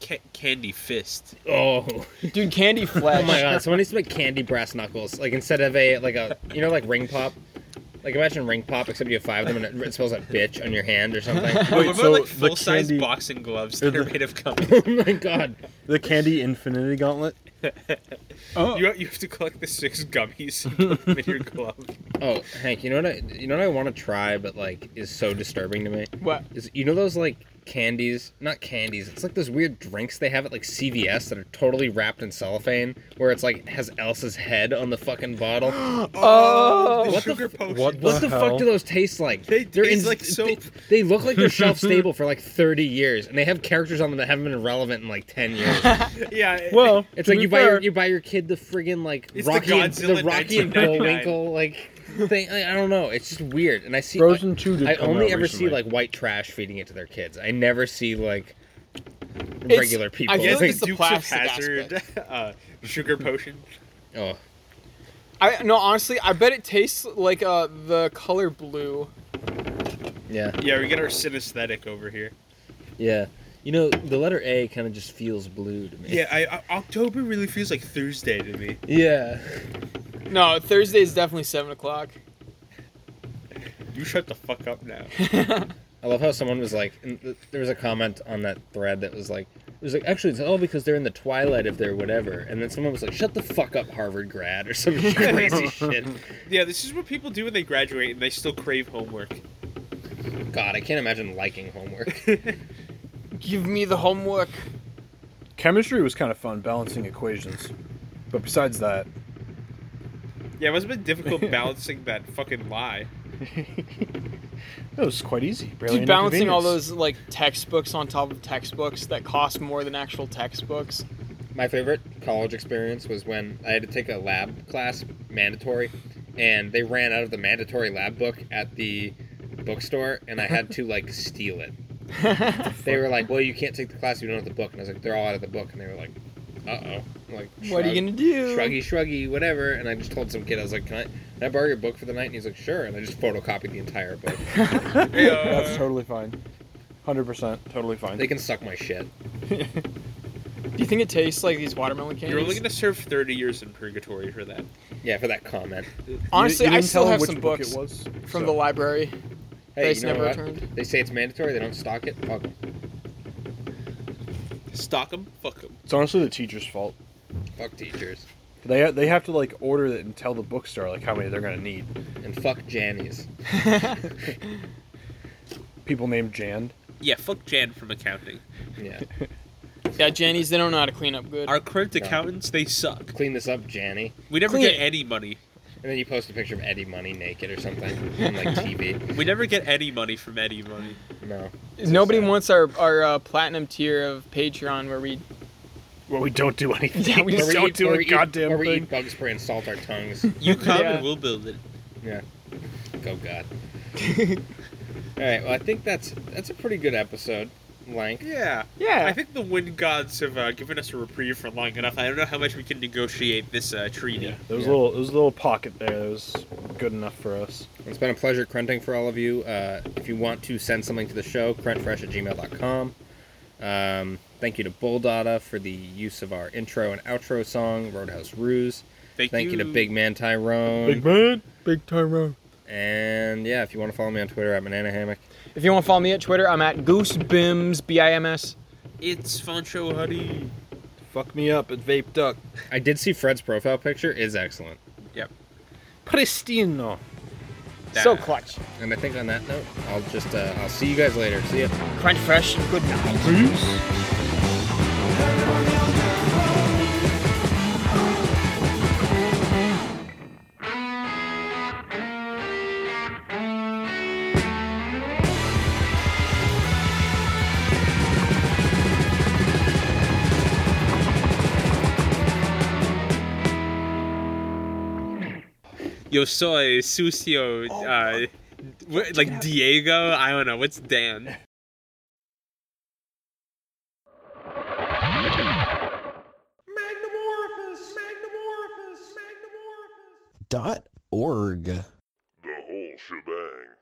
C: ca- candy fist?
B: Oh.
D: dude, candy flesh.
B: Oh my god, someone needs to make candy brass knuckles. Like instead of a like a you know like ring pop. Like imagine ring pop except you have five of them and it spells like bitch on your hand or something.
E: Wait,
C: what about
E: so
C: like
E: the
C: full size
E: candy-
C: boxing gloves
E: Or
C: that are
E: the-
C: made of gum?
B: oh my god.
E: The candy infinity gauntlet.
D: Oh.
C: You, you have to collect the six gummies and put them in your glove.
B: Oh, Hank, you know what I you know what I want to try but like is so disturbing to me?
D: What?
B: Is you know those like candies, not candies. It's like those weird drinks they have at like CVS that are totally wrapped in cellophane where it's like has Elsa's head on the fucking bottle.
D: Oh,
C: the
B: what the
C: sugar
B: f-
C: potion.
E: what
B: What the,
E: The
B: fuck
E: hell?
B: do those taste like?
C: They taste like
B: they-
C: soap.
B: They, look like they're shelf stable for like 30 years, and they have characters on them that haven't been relevant in like 10 years.
C: Yeah.
E: Well,
B: It's
E: to
B: like
E: be
B: you buy your,
E: fair-
B: you buy your kid the friggin' like
C: It's the
B: Rocky and, the
C: Godzilla
B: Rocky and
C: 1999.
B: Bullwinkle like thing. I, I don't know. It's just weird, and I see.
E: Frozen Two did
B: I
E: come
B: only
E: out
B: ever
E: recently.
B: see like white trash feeding it to their kids. I never see like
D: It's-
B: regular people.
D: I
C: Yeah,
D: feel
C: it's
D: like it's the
C: Dukes of
D: plastic
C: Hazard uh, sugar potion.
B: oh,
D: I no, honestly, I bet it tastes like uh the color blue.
B: yeah,
C: Yeah, we get our synesthetic over here.
B: yeah. You know, the letter A kind of just feels blue to me.
C: Yeah, I, I, October really feels like Thursday to me.
B: yeah.
D: No, Thursday is definitely seven o'clock.
C: You shut the fuck up now.
B: I love how someone was like, and th- there was a comment on that thread that was like, it was like, actually, it's all because they're in the twilight of their whatever. And then someone was like, shut the fuck up, Harvard grad, or some crazy shit.
C: Yeah, this is what people do when they graduate and they still crave homework.
B: God, I can't imagine liking homework.
D: Give me the homework.
E: Chemistry was kind of fun, balancing equations. But besides that,
C: Yeah, it must have been difficult balancing that fucking lie.
E: it was quite easy. Barely
D: Dude,
E: an
D: balancing all
E: inconvenience.
D: those like textbooks on top of textbooks that cost more than actual textbooks.
B: My favorite college experience was when I had to take a lab class, mandatory, and they ran out of the mandatory lab book at the bookstore, and I had to, like, steal it. They were like, well, you can't take the class if you don't have the book. And I was like, they're all out of the book. And they were like, uh oh. Like,
D: What are
B: shrug.
D: you gonna do?
B: shruggy shruggy whatever and i just told some kid i was like can i, can I borrow your book for the night and he's like sure and i just photocopied the entire book
C: uh,
E: That's totally fine. Hundred percent, totally fine.
B: they can suck my shit
D: Do you think it tastes like these watermelon candies?
C: You're only gonna serve 30 years in purgatory for that.
B: yeah for that comment
D: Honestly,
E: You- you
D: I
E: didn't tell
D: still
E: them
D: have
E: which
D: some
E: book
D: books
E: It was,
D: from
E: so-
D: the library.
B: hey
D: That's
B: you know
D: never
B: what
D: returned.
B: they say it's mandatory they don't stock it fuck 'em.
C: Stock 'em, fuck 'em.
E: It's honestly the teacher's fault.
B: fuck teachers
E: They they have to like order it and tell the bookstore like how many they're gonna need.
B: and fuck jannies
E: People named Jan.
C: Yeah, fuck Jan from accounting.
B: yeah
D: Yeah, Jenny's, they don't know how to clean up good.
C: Our current accountants, they suck.
B: clean this up janny
C: We never
D: Clean
C: get
D: it.
C: any money.
B: and then you post a picture of eddie money naked or something on like tv
C: We never get any money from any money.
B: no
D: Nobody
B: so sad.
D: wants our our uh, platinum tier of Patreon where we
E: Well, we don't do anything.
D: Yeah, we
E: we
D: just
E: just
B: Where
E: don't
B: eat-
E: do
B: where
E: a
B: we eat-
E: goddamn
B: where we
E: thing.
B: eat bug spray and salt our tongues
C: You come
D: Yeah.
C: and we'll build it.
B: Yeah. Oh God. All right. Well, I think that's that's a pretty good episode, Lank.
C: Yeah.
D: yeah.
C: I think the wind gods have uh, given us a reprieve for long enough. I don't know how much we can negotiate this uh, treaty.
E: There was
B: Yeah.
E: a little, there was a little pocket there that was good enough for us.
B: It's been a pleasure crunting for all of you. Uh, if you want to send something to the show, crentfresh at gmail.com. Um, thank you to Bulldada for the use of our intro and outro song, Roadhouse Ruse.
C: Thank,
B: Thank you to Big Man Tyrone.
E: man, big Tyrone.
B: And yeah, if you want to follow me on Twitter, at Banana Hammock.
D: if you want to follow me at Twitter, I'm at goosebims b i m s.
C: It's Foncho Huddy.
E: Fuck me up at Vape Duck.
B: I did see Fred's profile picture is excellent.
D: So
E: Pristino.
C: That-
D: clutch.
B: And I think on that note, I'll just uh, I'll see you guys later. See ya.
D: Crunch fresh. Good night.
C: Yo soy sucio. uh, Wh- like Diego. I don't know. What's Dan?
G: Dot org.
H: The whole shebang.